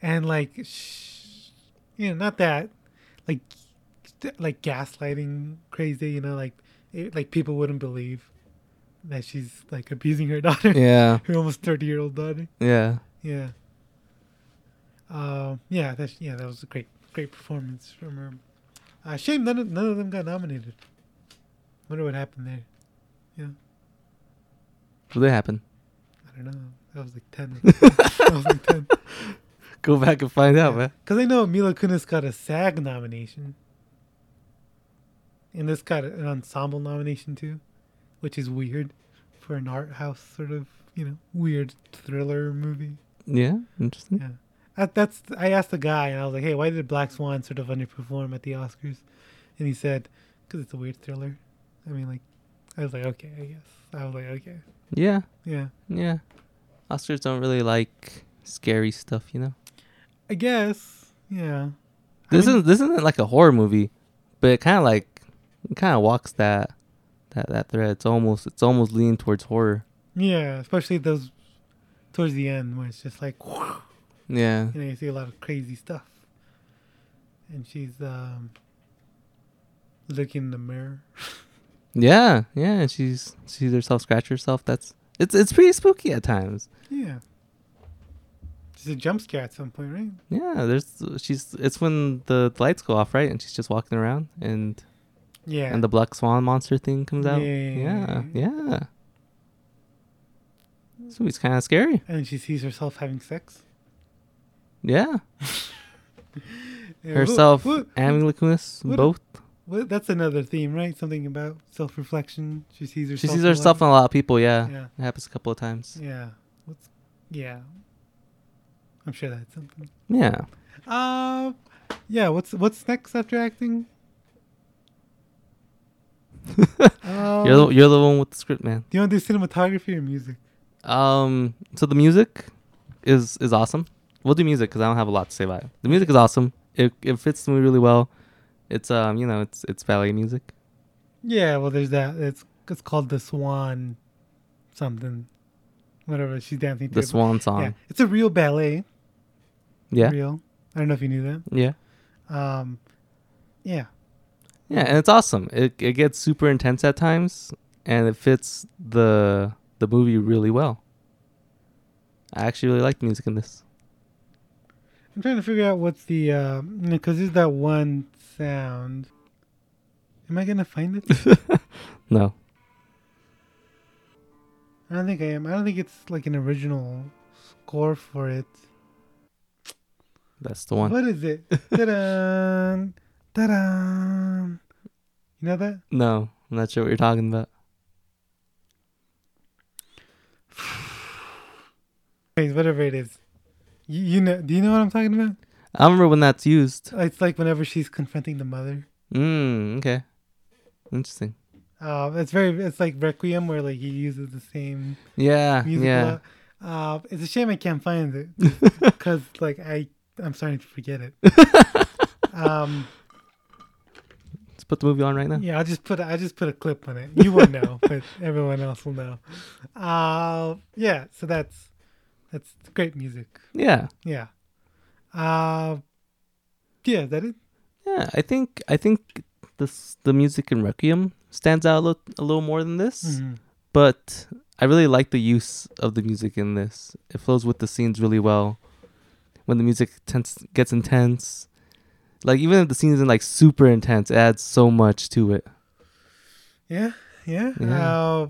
Speaker 1: and like sh- you know, not that like th- like gaslighting crazy. You know, like it, like people wouldn't believe that she's like abusing her daughter,
Speaker 2: Yeah,
Speaker 1: her almost thirty year old daughter.
Speaker 2: yeah.
Speaker 1: Yeah. Um, yeah, that's yeah, that was a great great performance from her. Uh, shame none of, none of them got nominated. Wonder what happened there.
Speaker 2: What did happen?
Speaker 1: I don't know. That was like ten. that was like ten.
Speaker 2: Go back and find out, man.
Speaker 1: Because I know Mila Kunis got a SAG nomination, and this got an ensemble nomination too, which is weird for an art house sort of you know weird thriller movie.
Speaker 2: Yeah, interesting.
Speaker 1: Yeah, that, that's. I asked the guy, and I was like, "Hey, why did Black Swan sort of underperform at the Oscars?" And he said, "Cause it's a weird thriller." I mean, like, I was like, "Okay, I guess." I was like, "Okay,
Speaker 2: Yeah,
Speaker 1: yeah,
Speaker 2: yeah. Oscars don't really like scary stuff, you know.
Speaker 1: I guess, yeah." I
Speaker 2: This
Speaker 1: mean,
Speaker 2: is this isn't like a horror movie, but it kind of like it kind of walks that that that thread. It's almost it's almost leaning towards horror.
Speaker 1: yeah, especially those towards the end where it's just like,
Speaker 2: Yeah,
Speaker 1: you know, you see a lot of crazy stuff, and she's um looking in the mirror.
Speaker 2: yeah, yeah. And she's she's herself scratch herself. That's it's it's pretty spooky at times.
Speaker 1: Yeah, she's a jump scare at some point, right?
Speaker 2: Yeah, there's she's it's when the lights go off, right? And she's just walking around and
Speaker 1: Yeah,
Speaker 2: and the black swan monster thing comes out.
Speaker 1: Yeah.
Speaker 2: Yeah. Yeah. This movie's kind of scary.
Speaker 1: and she sees herself having sex.
Speaker 2: Yeah.
Speaker 1: Yeah, who-
Speaker 2: Herself,
Speaker 1: who-
Speaker 2: and Lacunas,
Speaker 1: what-
Speaker 2: both.
Speaker 1: Well, that's another theme, right? Something about self-reflection. She sees herself.
Speaker 2: She sees
Speaker 1: in love.
Speaker 2: herself in a lot of people. Yeah.
Speaker 1: Yeah.
Speaker 2: It happens a couple of times.
Speaker 1: Yeah. What's? Yeah. I'm sure that's something.
Speaker 2: Yeah.
Speaker 1: Uh, yeah. What's What's next after acting? um,
Speaker 2: You're the, you're the one with the script, man.
Speaker 1: do you want to do cinematography or music?
Speaker 2: Um. So the music is is awesome. We'll do music because I don't have a lot to say about it. The music is awesome. It it fits the movie really well. It's um you know it's it's ballet music.
Speaker 1: Yeah. Well, there's that. It's It's called the Swan, something, whatever she's dancing to.
Speaker 2: The Swan
Speaker 1: Yeah.
Speaker 2: Song.
Speaker 1: It's a real ballet.
Speaker 2: Yeah. Yeah.
Speaker 1: Real. I don't know if you knew that.
Speaker 2: Yeah.
Speaker 1: Um, yeah,
Speaker 2: and it's awesome. It it gets super intense at times, and it fits the the movie really well. I actually really like the music in this.
Speaker 1: I'm trying to figure out what's the uh, because there's that one sound. Am I gonna find it?
Speaker 2: No.
Speaker 1: I don't think I am. I don't think it's like an original score for it.
Speaker 2: That's the one.
Speaker 1: What is it? Ta-da! Ta-da! You know that?
Speaker 2: No, I'm not sure what you're talking about.
Speaker 1: Anyways, whatever it is. You, you know? Do you know what I'm talking about?
Speaker 2: I remember when that's used.
Speaker 1: It's like whenever she's confronting the mother.
Speaker 2: Mm, okay. Interesting.
Speaker 1: Uh, it's very. It's like Requiem, where like he uses the same
Speaker 2: Yeah,
Speaker 1: music
Speaker 2: Ah, yeah.
Speaker 1: lo- Uh, it's a shame I can't find it because like I I'm starting to forget it. um,
Speaker 2: Let's put the movie on right now.
Speaker 1: yeah, I'll just put I just put a clip on it. You won't know, but everyone else will know. Uh, yeah, so that's that's great music.
Speaker 2: Yeah.
Speaker 1: Yeah. Uh, yeah, is that it?
Speaker 2: Yeah, I think I think this the music in Requiem stands out a little, a little more than this,
Speaker 1: Mhm.
Speaker 2: but I really like the use of the music in this. It flows with the scenes really well. When the music tense, gets intense, like even if the scene isn't like super intense, it adds so much to it.
Speaker 1: Yeah, yeah.
Speaker 2: Yeah.
Speaker 1: Uh,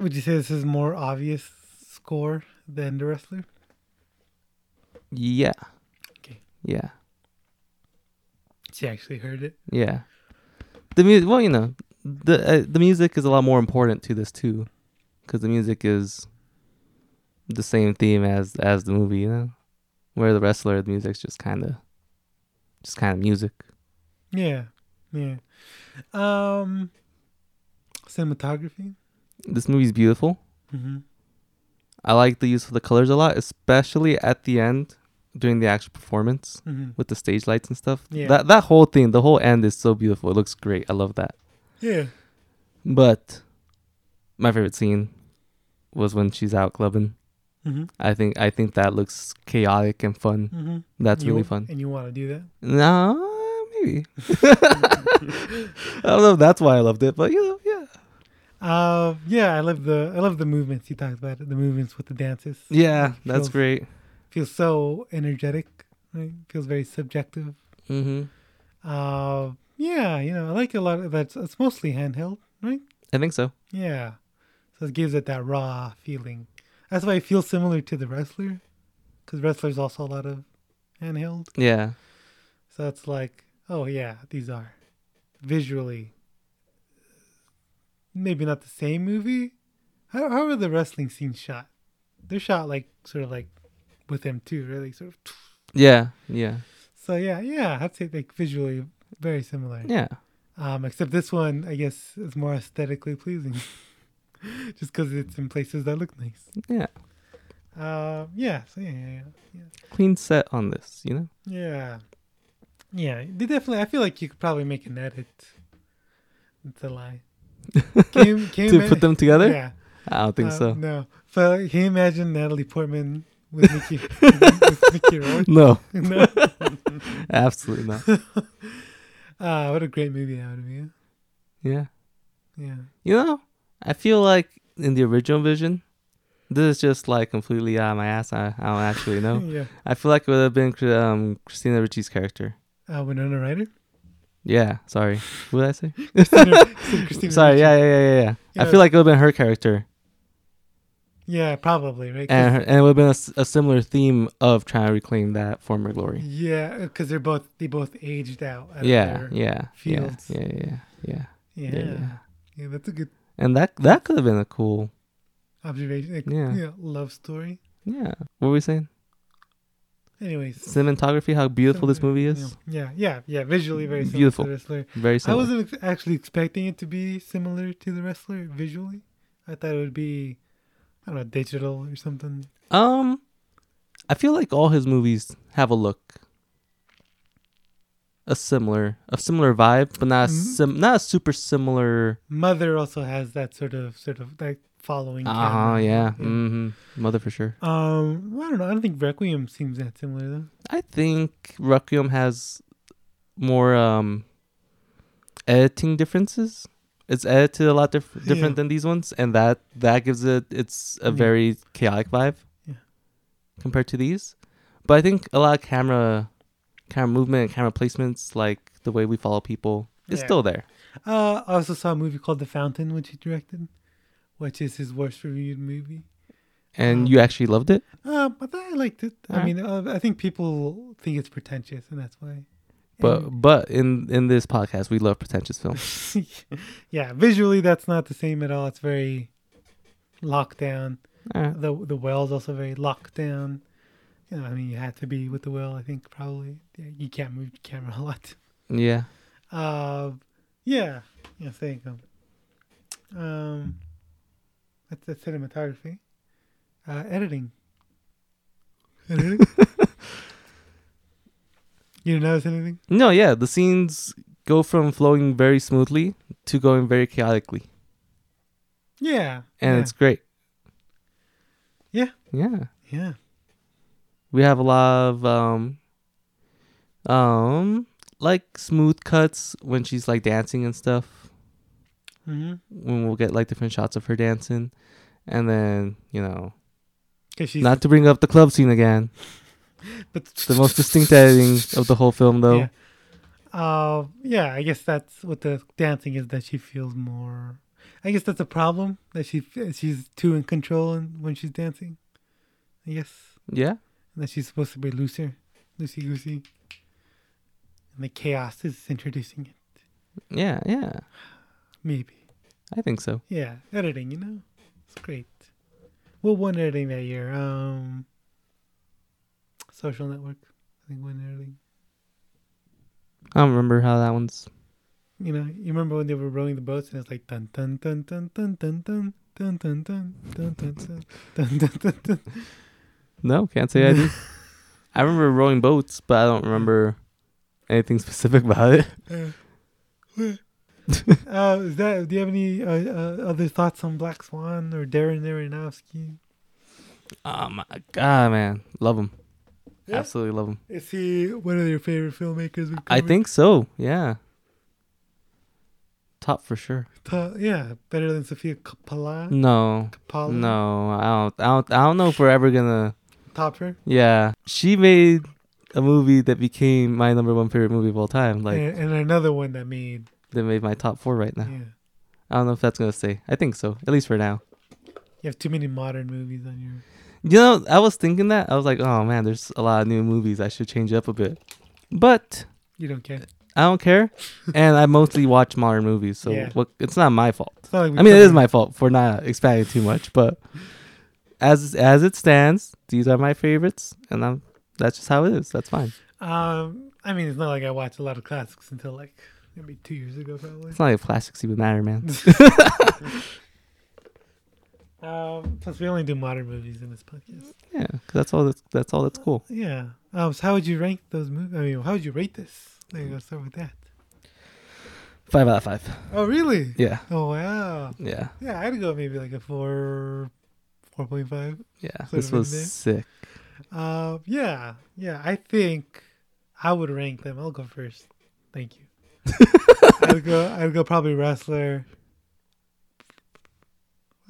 Speaker 1: would you say this is more obvious score than the wrestler?
Speaker 2: Yeah.
Speaker 1: Okay.
Speaker 2: Yeah.
Speaker 1: She actually heard it.
Speaker 2: Yeah. The music, well, you know, the uh, the music is a lot more important to this too, because the music is the same theme as as the movie, you know. Where the wrestler, the music's just kind of, just kind of music.
Speaker 1: Yeah, yeah. Um, cinematography.
Speaker 2: This movie's beautiful.
Speaker 1: Mm-hmm.
Speaker 2: I like the use of the colors a lot, especially at the end during the actual performance
Speaker 1: Mm-hmm.
Speaker 2: with the stage lights and stuff.
Speaker 1: Yeah.
Speaker 2: That that whole thing, the whole end is so beautiful. It looks great. I love that.
Speaker 1: Yeah.
Speaker 2: But my favorite scene was when she's out clubbing.
Speaker 1: Mm-hmm.
Speaker 2: I think I think that looks chaotic and fun.
Speaker 1: Mm-hmm.
Speaker 2: That's really fun.
Speaker 1: And you want to do that?
Speaker 2: No, maybe. I don't know if that's why I loved it, but you know, yeah.
Speaker 1: Uh, yeah, I love the I love the movements he talked about. The movements with the dances.
Speaker 2: Yeah, that's
Speaker 1: Feels-
Speaker 2: great.
Speaker 1: Feels so energetic. Right? Feels very subjective. Mm-hmm.
Speaker 2: hmm
Speaker 1: Uh, yeah, you know, I like a lot of that's. It's mostly handheld, right?
Speaker 2: I think so.
Speaker 1: Yeah, so it gives it that raw feeling. That's why it feels similar to the wrestler, because wrestler's also a lot of handheld.
Speaker 2: Yeah.
Speaker 1: So it's like, oh yeah, these are visually maybe not the same movie. How, how are the wrestling scenes shot? They're shot like sort of like with them too, really sort of.
Speaker 2: Yeah. Yeah.
Speaker 1: So yeah, yeah, I'd say like visually very similar.
Speaker 2: Yeah.
Speaker 1: Um, except this one, I guess, is more aesthetically pleasing, just because it's in places that look nice.
Speaker 2: Yeah.
Speaker 1: Uh, yeah. So yeah, yeah, yeah.
Speaker 2: Clean set on this, you know?
Speaker 1: Yeah. Yeah. They definitely I feel like you could probably make an edit. It's a lie. Can you, can you
Speaker 2: to
Speaker 1: ima-
Speaker 2: put them together?
Speaker 1: Yeah.
Speaker 2: I don't think
Speaker 1: Uh,
Speaker 2: so.
Speaker 1: No. But can you imagine Natalie Portman with Mickey with Mickey Rourke?
Speaker 2: No,
Speaker 1: No.
Speaker 2: absolutely not.
Speaker 1: Uh, what a great movie that would be.
Speaker 2: Yeah.
Speaker 1: Yeah.
Speaker 2: You know, I feel like in the original vision, this is just like completely out of my ass. I, I don't actually know.
Speaker 1: Yeah.
Speaker 2: I feel like it would have been um, Christina Ricci's character.
Speaker 1: Uh, Winona Ryder?
Speaker 2: Yeah, sorry. What did I say?
Speaker 1: Christina, Christina
Speaker 2: sorry,
Speaker 1: Ricci.
Speaker 2: yeah, yeah, yeah, yeah, yeah.
Speaker 1: You
Speaker 2: I
Speaker 1: know-
Speaker 2: feel like it would have been her character,
Speaker 1: Yeah, probably, right? 'Cause-
Speaker 2: and, her, and it would have been a s- a, similar theme of trying to reclaim that former glory.
Speaker 1: yeah, because they're both they both aged out. at their-
Speaker 2: Yeah, yeah, yeah,
Speaker 1: fields.
Speaker 2: yeah, yeah, yeah,
Speaker 1: yeah,
Speaker 2: yeah, yeah.
Speaker 1: yeah. That's a good
Speaker 2: And that that could have been a cool.
Speaker 1: observation. Like,
Speaker 2: Yeah.
Speaker 1: yeah, love story.
Speaker 2: Yeah. What were we saying?
Speaker 1: Anyways,
Speaker 2: Cinematography. How beautiful this movie is.
Speaker 1: Yeah, yeah, yeah. Visually very similar
Speaker 2: Beautiful.
Speaker 1: to the wrestler.
Speaker 2: Very
Speaker 1: I
Speaker 2: similar.
Speaker 1: wasn't ex- actually expecting it to be similar to the wrestler visually. I thought it would be, I don't know, digital or something.
Speaker 2: Um, I feel like all his movies have a look, a similar, a similar vibe, but not a
Speaker 1: Mhm.
Speaker 2: sim, not a super similar.
Speaker 1: Mother also has that sort of sort of like following.
Speaker 2: Ah,
Speaker 1: camera.
Speaker 2: yeah, hmm mother for sure.
Speaker 1: Um, I don't know. I don't think Requiem seems that similar though.
Speaker 2: I think Requiem has more um editing differences. It's edited a lot dif- different
Speaker 1: Yeah.
Speaker 2: than these ones, and that that gives it it's a
Speaker 1: Yeah.
Speaker 2: very chaotic vibe
Speaker 1: Yeah.
Speaker 2: compared to these. But I think a lot of camera camera movement and camera placements, like the way we follow people, is
Speaker 1: Yeah.
Speaker 2: still there.
Speaker 1: Uh, I also saw a movie called The Fountain, which he directed, which is his worst reviewed movie.
Speaker 2: And
Speaker 1: Um,
Speaker 2: you actually loved it.
Speaker 1: Um, but I liked it. I
Speaker 2: Alright.
Speaker 1: mean, uh, I think people think it's pretentious, and that's why.
Speaker 2: But
Speaker 1: And-
Speaker 2: but in in this podcast, we love pretentious films.
Speaker 1: yeah, visually that's not the same at all. It's very locked down.
Speaker 2: Alright.
Speaker 1: The the well's also very locked down. You know, I mean, you had to be with the well. I think probably yeah, you can't move your camera a lot.
Speaker 2: Yeah.
Speaker 1: Uh, yeah, yeah, there you go. Um, that's the cinematography, uh, editing. Editing. you didn't notice anything?
Speaker 2: No, yeah, the scenes go from flowing very smoothly to going very chaotically,
Speaker 1: Yeah,
Speaker 2: and
Speaker 1: yeah,
Speaker 2: it's great.
Speaker 1: Yeah.
Speaker 2: yeah,
Speaker 1: yeah.
Speaker 2: we have a lot of um, um, like smooth cuts when she's like dancing and stuff.
Speaker 1: Mm-hmm.
Speaker 2: When we'll get like different shots of her dancing, and then you know,
Speaker 1: Cause she's
Speaker 2: not to bring up the club scene again.
Speaker 1: but
Speaker 2: It's the most distinct editing of the whole film, though.
Speaker 1: Yeah. Uh, yeah, I guess that's what the dancing is that she feels more. I guess that's a problem that she f- she's too in control in- when she's dancing. I guess
Speaker 2: yeah?
Speaker 1: and that she's supposed to be looser, loosey goosey, and the chaos is introducing it.
Speaker 2: yeah, yeah,
Speaker 1: Maybe,
Speaker 2: I think so.
Speaker 1: yeah, editing. You know, it's great. What won editing that year? Um, Social Network. I think won editing.
Speaker 2: I don't remember how that one's
Speaker 1: You know, you remember when they were rowing the boats and it's like dun dun dun dun dun dun dun dun dun dun dun dun dun dun dun dun dun.
Speaker 2: No, can't say I do. I remember rowing boats, but I don't remember anything specific about it.
Speaker 1: Uh, is that? Do you have any uh, uh, other thoughts on Black Swan or Darren Aronofsky?
Speaker 2: Oh my god, man, love them.
Speaker 1: Yeah?
Speaker 2: Absolutely love them.
Speaker 1: Is he one of your favorite filmmakers? we've
Speaker 2: I
Speaker 1: covered?
Speaker 2: think so. Yeah. Top for sure.
Speaker 1: Ta- yeah, better than Sophia Coppola.
Speaker 2: No.
Speaker 1: Coppola.
Speaker 2: No, I don't, I don't. I don't know if we're ever gonna.
Speaker 1: top her.
Speaker 2: Yeah, she made a movie that became my number one favorite movie of all time. Like
Speaker 1: and, and another one that made.
Speaker 2: that made my top four right now.
Speaker 1: Yeah,
Speaker 2: I don't know if that's gonna stay. I think so, at least for now.
Speaker 1: you have too many modern movies on your.
Speaker 2: You know, I was thinking that I was like, oh man, there's a lot of new movies. I should change it up a bit, but
Speaker 1: You don't care.
Speaker 2: I don't care, and I mostly watch modern movies, so
Speaker 1: Yeah.
Speaker 2: what, it's not my fault.
Speaker 1: It's not like we
Speaker 2: I mean, it
Speaker 1: covered-
Speaker 2: is my fault for not expanding too much, but as as it stands, these are my favorites, and I'm that's just how it is. That's fine.
Speaker 1: Um, I mean, it's not like I watched a lot of classics until like maybe two years ago, probably.
Speaker 2: It's not like plastics even matter, man.
Speaker 1: Um, plus, we only do modern movies in this podcast.
Speaker 2: yeah, 'cause that's all. That's that's all. That's cool.
Speaker 1: Yeah. Um, so how would you rank those movies? I mean, how would you rate this? There you go. Start with that.
Speaker 2: Five out of five.
Speaker 1: Oh, really?
Speaker 2: Yeah,
Speaker 1: Oh, wow.
Speaker 2: yeah,
Speaker 1: Yeah, I'd go maybe like a four, four point five.
Speaker 2: yeah.
Speaker 1: Put
Speaker 2: This
Speaker 1: them in there.
Speaker 2: was sick.
Speaker 1: Uh, yeah, yeah. I think I would rank them. I'll go first. Thank you. I'd go. I'd go probably wrestler.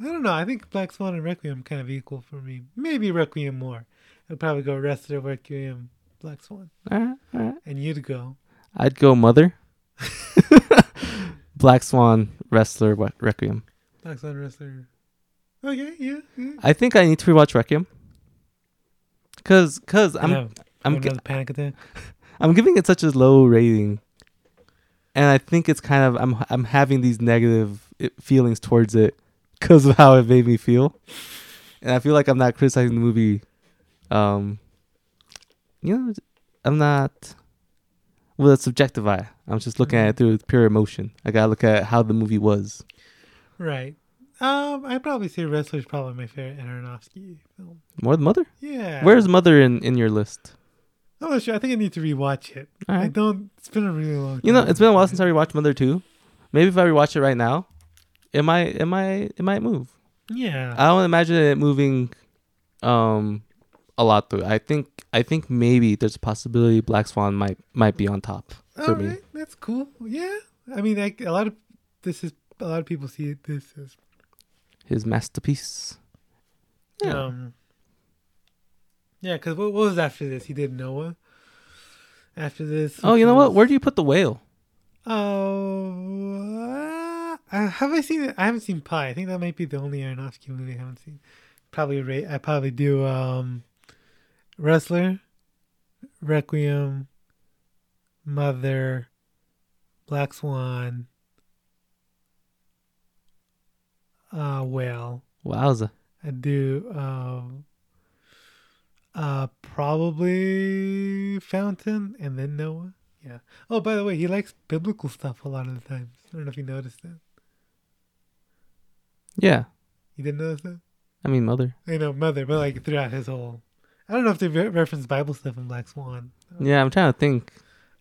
Speaker 1: I don't know. I think Black Swan and Requiem kind of equal for me. Maybe Requiem more. I'd probably go wrestler, Requiem, Black Swan,
Speaker 2: All right, all right.
Speaker 1: and you'd go.
Speaker 2: I'd go mother. Black Swan wrestler Wa- Requiem.
Speaker 1: Black Swan wrestler. Okay, yeah. yeah.
Speaker 2: I think I need to rewatch Requiem. Cause, cause I'm
Speaker 1: Yeah,
Speaker 2: I'm
Speaker 1: another
Speaker 2: gi-
Speaker 1: panic attack.
Speaker 2: I'm giving it such a low rating, and I think it's kind of I'm I'm having these negative i- feelings towards it because of how it made me feel, and I feel like I'm not criticizing the movie. Um, you know, I'm not. Well, it's subjectify. I'm just looking at it through pure emotion. I gotta look at how the movie was.
Speaker 1: Right. Um, I'd probably say wrestler's probably my favorite Aronofsky film.
Speaker 2: More than mother.
Speaker 1: Yeah.
Speaker 2: Where's mother in in your list?
Speaker 1: I'm not Oh, sure. I think I need to rewatch it.
Speaker 2: All
Speaker 1: I
Speaker 2: right.
Speaker 1: don't. It's been a really long.
Speaker 2: You know, it's been a while since I rewatched Mother too. Maybe if I rewatch it right now, it might it might it might move.
Speaker 1: Yeah.
Speaker 2: I don't imagine it moving um a lot though. I think I think maybe there's a possibility Black Swan might might be on top
Speaker 1: All
Speaker 2: for me.
Speaker 1: right, that's cool. Yeah. I mean, like a lot of this is a lot of people see it. This is
Speaker 2: His masterpiece.
Speaker 1: yeah.
Speaker 2: Yeah.
Speaker 1: um. Yeah, because what, what was after this? He did Noah. After this.
Speaker 2: oh, you know what? Where do you put the whale?
Speaker 1: Oh, uh, have I seen it? I haven't seen Pie. I think that might be the only Aronofsky movie I haven't seen. Probably rate. I probably do um, Wrestler, Requiem, Mother, Black Swan, uh, Whale.
Speaker 2: Wowza.
Speaker 1: I do um, uh, probably Fountain and then Noah. Yeah. Oh, by the way, he likes biblical stuff a lot of the times. I don't know if you noticed that.
Speaker 2: Yeah.
Speaker 1: You didn't notice that?
Speaker 2: I mean mother.
Speaker 1: I know Mother, but like throughout his whole. I don't know if they re- reference Bible stuff in Black Swan.
Speaker 2: Yeah, I'm trying to think.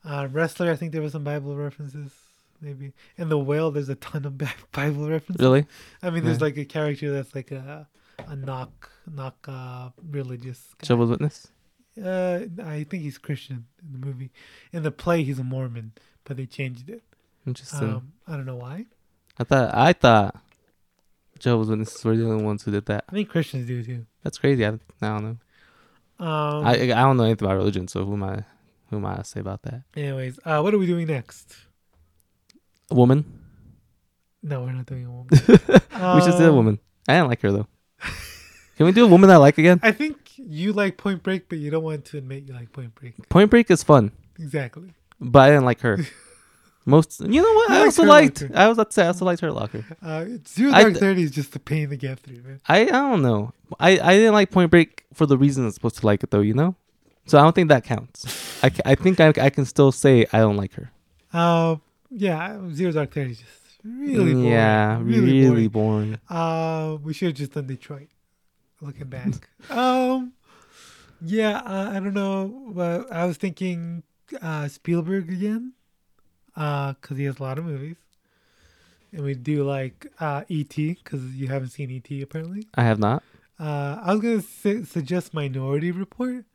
Speaker 1: Uh, Wrestler, I think there was some Bible references, maybe. And The Whale, there's a ton of Bi- Bible references.
Speaker 2: Really?
Speaker 1: I mean, there's
Speaker 2: Yeah.
Speaker 1: like a character that's like a a knock knock uh, religious. guy.
Speaker 2: Jehovah's Witness?
Speaker 1: Uh, I think he's Christian in the movie. In the play, he's a Mormon, but they changed it.
Speaker 2: Interesting.
Speaker 1: Um, I don't know why.
Speaker 2: I thought I thought Jehovah's Witnesses were the only ones who did that.
Speaker 1: I think Christians do too.
Speaker 2: That's crazy. I, I don't know.
Speaker 1: Um,
Speaker 2: I I don't know anything about religion, so who am I who am I to say about that?
Speaker 1: anyways, uh, what are we doing next?
Speaker 2: A woman?
Speaker 1: No, we're not doing a woman. Um,
Speaker 2: we should say
Speaker 1: Uh,
Speaker 2: a woman. I didn't like her though. Can we do a woman I like again?
Speaker 1: I think you like Point Break, but you don't want to admit you like Point Break.
Speaker 2: Point Break is fun,
Speaker 1: Exactly.
Speaker 2: but I didn't like her. Most, you know what?
Speaker 1: You
Speaker 2: I
Speaker 1: liked
Speaker 2: also
Speaker 1: her
Speaker 2: liked.
Speaker 1: locker.
Speaker 2: I was about to say I also liked her locker.
Speaker 1: Uh, Zero
Speaker 2: I
Speaker 1: Dark
Speaker 2: d-
Speaker 1: Thirty is just the pain to get through, man.
Speaker 2: I I don't know. I I didn't like Point Break for the reason I'm supposed to like it though. You know, so I don't think that counts. I, ca- I think I I can still say I don't like her.
Speaker 1: Uh, yeah, Zero Dark Thirty is just really boring.
Speaker 2: Mm, yeah,
Speaker 1: really, boring.
Speaker 2: boring.
Speaker 1: Uh, we should have just done Detroit. Looking back, um, yeah, uh, I don't know. But I was thinking uh, Spielberg again, because he has a lot of movies, and we do like uh, ET because you haven't seen ET apparently.
Speaker 2: I have not.
Speaker 1: Uh, I was gonna su- suggest Minority Report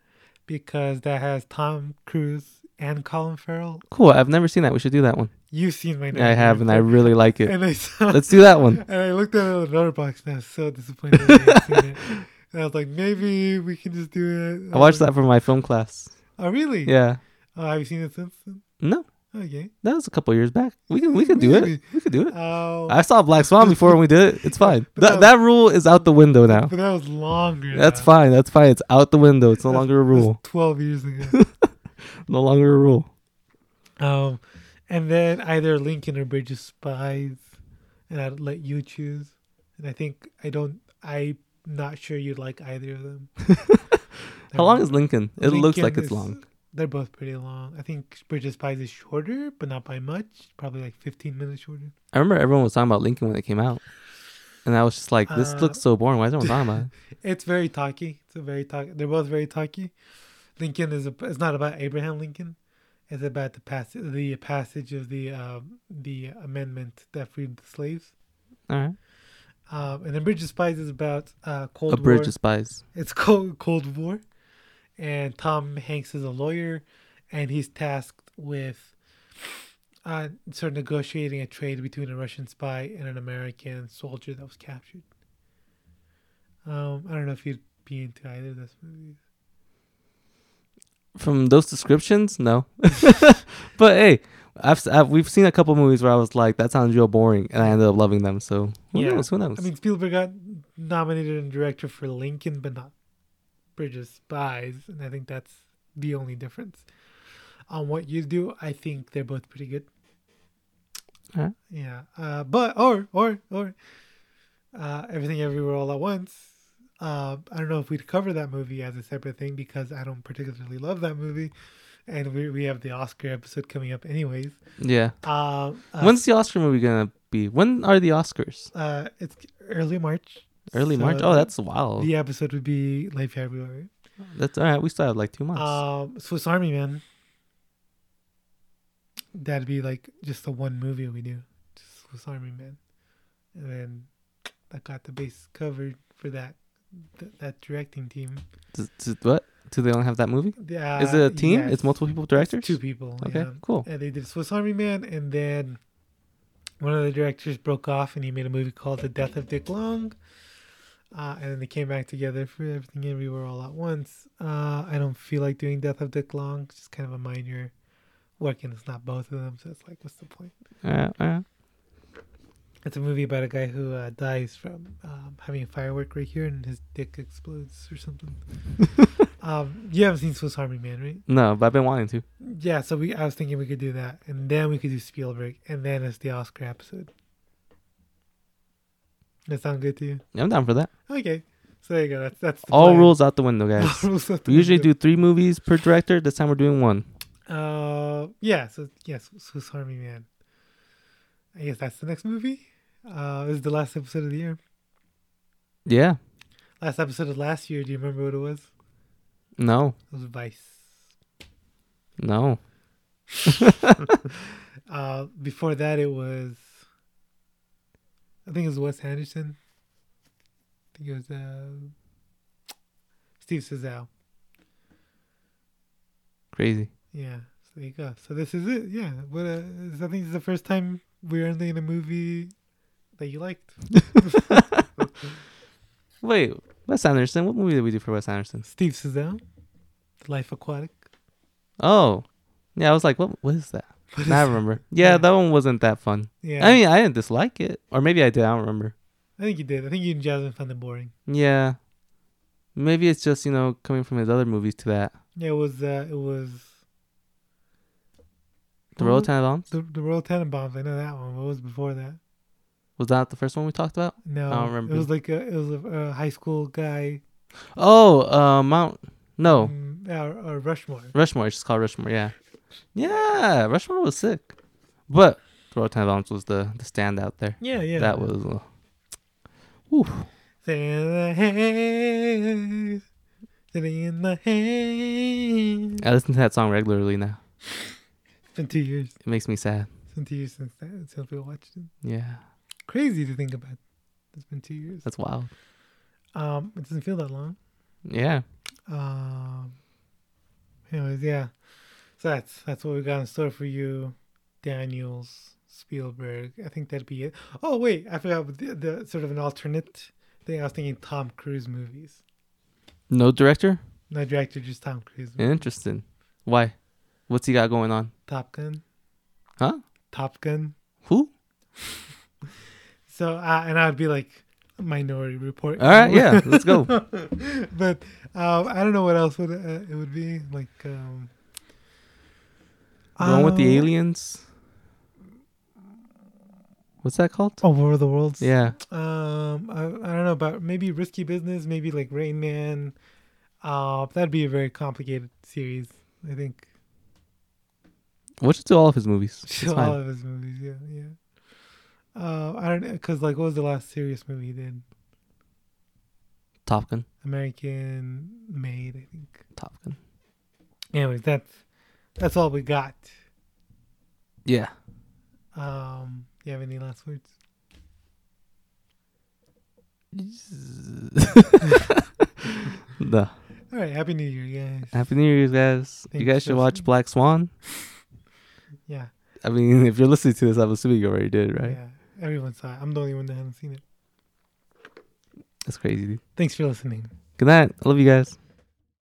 Speaker 1: because that has Tom Cruise and Colin Farrell.
Speaker 2: Cool. I've never seen that. We should do that one.
Speaker 1: You've seen Minority.
Speaker 2: I have, and I
Speaker 1: Report.
Speaker 2: really like it.
Speaker 1: and I saw
Speaker 2: Let's do that one.
Speaker 1: and I looked at it on box and I was so disappointed. I hadn't seen it. And I was like, maybe we can just do it.
Speaker 2: I watched that for my film class.
Speaker 1: Oh, really?
Speaker 2: Yeah.
Speaker 1: Oh, have you seen it since? then?
Speaker 2: No,
Speaker 1: Okay.
Speaker 2: that was a couple years back. We can we can do it. We can do it.
Speaker 1: Oh,
Speaker 2: I saw Black Swan before we did it. It's fine.
Speaker 1: But that
Speaker 2: That that rule is out the window now.
Speaker 1: but that was longer.
Speaker 2: That's
Speaker 1: now.
Speaker 2: fine. That's fine. It's out the window. It's no
Speaker 1: That's-
Speaker 2: longer a
Speaker 1: that's
Speaker 2: rule.
Speaker 1: Twelve years ago.
Speaker 2: No longer a rule.
Speaker 1: um, and then either Lincoln or Bridge of Spies, and I'd let you choose. And I think I don't. I'm not sure you'd like either of them.
Speaker 2: How long is Lincoln? It looks like
Speaker 1: Lincoln
Speaker 2: it's
Speaker 1: is-
Speaker 2: long.
Speaker 1: They're both pretty long. I think Bridge of Spies is shorter, but not by much. Probably like 15 minutes shorter.
Speaker 2: I remember everyone was talking about Lincoln when it came out, and I was just like, "This
Speaker 1: Uh,
Speaker 2: looks so boring. Why is everyone talking about it?"
Speaker 1: It's very talky. It's a very talky. They're both very talky. Lincoln is a, it's not about Abraham Lincoln. It's about the passage the passage of the um, the amendment that freed the slaves.
Speaker 2: All right.
Speaker 1: Um, and then Bridge of Spies is about uh, Cold
Speaker 2: A bridge
Speaker 1: War.
Speaker 2: of spies.
Speaker 1: It's called Cold War, and Tom Hanks is a lawyer, and he's tasked with uh, sort of negotiating a trade between a Russian spy and an American soldier that was captured. Um, I don't know if you'd be into either of those movies.
Speaker 2: From those descriptions, no. but hey, I've, s have we've seen a couple movies where I was like, "That sounds real boring," and I ended up loving them. So who
Speaker 1: Yeah.
Speaker 2: knows? Who knows?
Speaker 1: I mean, Spielberg got nominated and director for Lincoln, but not Bridge of Spies, and I think that's the only difference. On what you do, I think they're both pretty good.
Speaker 2: Alright.
Speaker 1: Yeah, uh, but or or or uh, everything everywhere all at once. Uh, I don't know if we'd cover that movie as a separate thing because I don't particularly love that movie, and we we have the Oscar episode coming up anyways.
Speaker 2: yeah.
Speaker 1: Uh, uh,
Speaker 2: When's the Oscar movie gonna be? When are the Oscars?
Speaker 1: uh, it's early March.
Speaker 2: Early March.
Speaker 1: so
Speaker 2: Oh, that's wild.
Speaker 1: the episode would be late February.
Speaker 2: That's all right. We still have like two months.
Speaker 1: Um, Swiss Army Man. That'd be like just the one movie we do, just Swiss Army Man, and then I got the base covered for that th- that directing team.
Speaker 2: Does- does- what? Do they only have that movie?
Speaker 1: The,
Speaker 2: Is it a
Speaker 1: uh,
Speaker 2: team?
Speaker 1: yeah,
Speaker 2: It's multiple people directors.
Speaker 1: two people.
Speaker 2: Okay,
Speaker 1: yeah.
Speaker 2: cool.
Speaker 1: And they did Swiss Army Man, and then one of the directors broke off, and he made a movie called The Death of Dick Long. Uh, and then they came back together for Everything Everywhere All at Once. Uh, I don't feel like doing Death of Dick Long. It's just kind of a minor work, and it's not both of them, so it's like, what's the point?
Speaker 2: All right, all right.
Speaker 1: It's a movie about a guy who uh, dies from um, having a firework right here, and his dick explodes or something. um, you haven't seen Swiss Army Man, right?
Speaker 2: No, but I've been wanting to.
Speaker 1: Yeah, so we I was thinking we could do that, and then we could do Spielberg, and then it's the Oscar episode. That sound good to you?
Speaker 2: I'm down for that.
Speaker 1: Okay, so there you go. That's that's the
Speaker 2: All
Speaker 1: plan.
Speaker 2: rules out the window,
Speaker 1: All
Speaker 2: guys.
Speaker 1: rules out the
Speaker 2: we usually
Speaker 1: window.
Speaker 2: do three movies per director. This time we're doing one.
Speaker 1: Uh, yeah. So yes, Swiss Army Man. I guess that's the next movie. Uh, this is the last episode of the year.
Speaker 2: Yeah.
Speaker 1: Last episode of last year. Do you remember what it was?
Speaker 2: No.
Speaker 1: It was Vice.
Speaker 2: No.
Speaker 1: Uh, before that, it was. I think it was Wes Anderson. I think it was uh, Steve Sazal.
Speaker 2: Crazy.
Speaker 1: Yeah, so there you go. So this is it. Yeah, what? Uh, this- I think this is the first time we're ending in a movie that you liked.
Speaker 2: Wait, Wes Anderson. What movie did we do for Wes Anderson?
Speaker 1: Steve Sazal, The Life Aquatic.
Speaker 2: Oh, yeah. I was like, what? What is that?
Speaker 1: What
Speaker 2: Now I
Speaker 1: is-
Speaker 2: remember. Yeah,
Speaker 1: Yeah.
Speaker 2: that one wasn't that fun.
Speaker 1: Yeah,
Speaker 2: I mean, I didn't dislike it, or maybe I did. I don't remember.
Speaker 1: I think you did. I think you and Jasmine found it boring.
Speaker 2: Yeah. Maybe it's just you know coming from his other movies to that.
Speaker 1: Yeah, it was. Uh, it was
Speaker 2: The
Speaker 1: What
Speaker 2: Royal
Speaker 1: was-
Speaker 2: Tenenbaums
Speaker 1: the the Royal Tenenbaums. I know that one. What was before that?
Speaker 2: was that the first one we talked about?
Speaker 1: No,
Speaker 2: remember.
Speaker 1: It was like a it was a, a high school guy
Speaker 2: Oh, uh, Mount. No,
Speaker 1: Mm, or, or Rushmore.
Speaker 2: Rushmore. It's just called Rushmore. Yeah, yeah. Rushmore was sick, but Rotten Bombs was the the standout there.
Speaker 1: Yeah, yeah.
Speaker 2: That was. Uh, whew.
Speaker 1: They're in the hands. They're in the hands.
Speaker 2: I listen to that song regularly now.
Speaker 1: It's been two years.
Speaker 2: It makes me sad.
Speaker 1: It's been two years since that since we watched it.
Speaker 2: Yeah,
Speaker 1: Crazy to think about. It's been two years.
Speaker 2: that's wild.
Speaker 1: Um, it doesn't feel that long.
Speaker 2: Yeah,
Speaker 1: Um, anyways, yeah. So that's that's what we got in store for you, Daniels, Spielberg. I think that'd be it. Oh wait, I forgot the, the sort of an alternate thing. I was thinking Tom Cruise movies.
Speaker 2: no director.
Speaker 1: No director, just Tom Cruise. movie.
Speaker 2: Interesting. Why? What's he got going on?
Speaker 1: Top Gun.
Speaker 2: Huh?
Speaker 1: Top Gun.
Speaker 2: Who?
Speaker 1: So uh, and I'd be like Minority Report.
Speaker 2: All right, yeah, let's go.
Speaker 1: but um, I don't know what else would uh, it would be like. Um,
Speaker 2: The one with the
Speaker 1: um,
Speaker 2: aliens. What's that called?
Speaker 1: Over the worlds.
Speaker 2: Yeah.
Speaker 1: Um, I, I don't know about maybe risky business, maybe like Rain Man. Uh, that'd be a very complicated series, I think.
Speaker 2: What should do all of his movies? It's
Speaker 1: All
Speaker 2: fine.
Speaker 1: of his movies, yeah, yeah. Uh, I don't know, cause like, what was the last serious movie he did?
Speaker 2: Top Gun.
Speaker 1: American Made, I think.
Speaker 2: Top Gun.
Speaker 1: Anyways, that's that's all we got.
Speaker 2: Yeah.
Speaker 1: Um, you have any last words?
Speaker 2: The
Speaker 1: All right, happy New Year, guys.
Speaker 2: Happy New Year's, guys. you
Speaker 1: Thanks,
Speaker 2: guys should watch
Speaker 1: Justin.
Speaker 2: Black Swan.
Speaker 1: Yeah,
Speaker 2: I mean, if you're listening to this, I'm assuming you already did, right?
Speaker 1: yeah. Everyone saw it. I'm the only one that hasn't seen it.
Speaker 2: That's crazy, dude.
Speaker 1: Thanks for listening.
Speaker 2: Good night. I love you guys.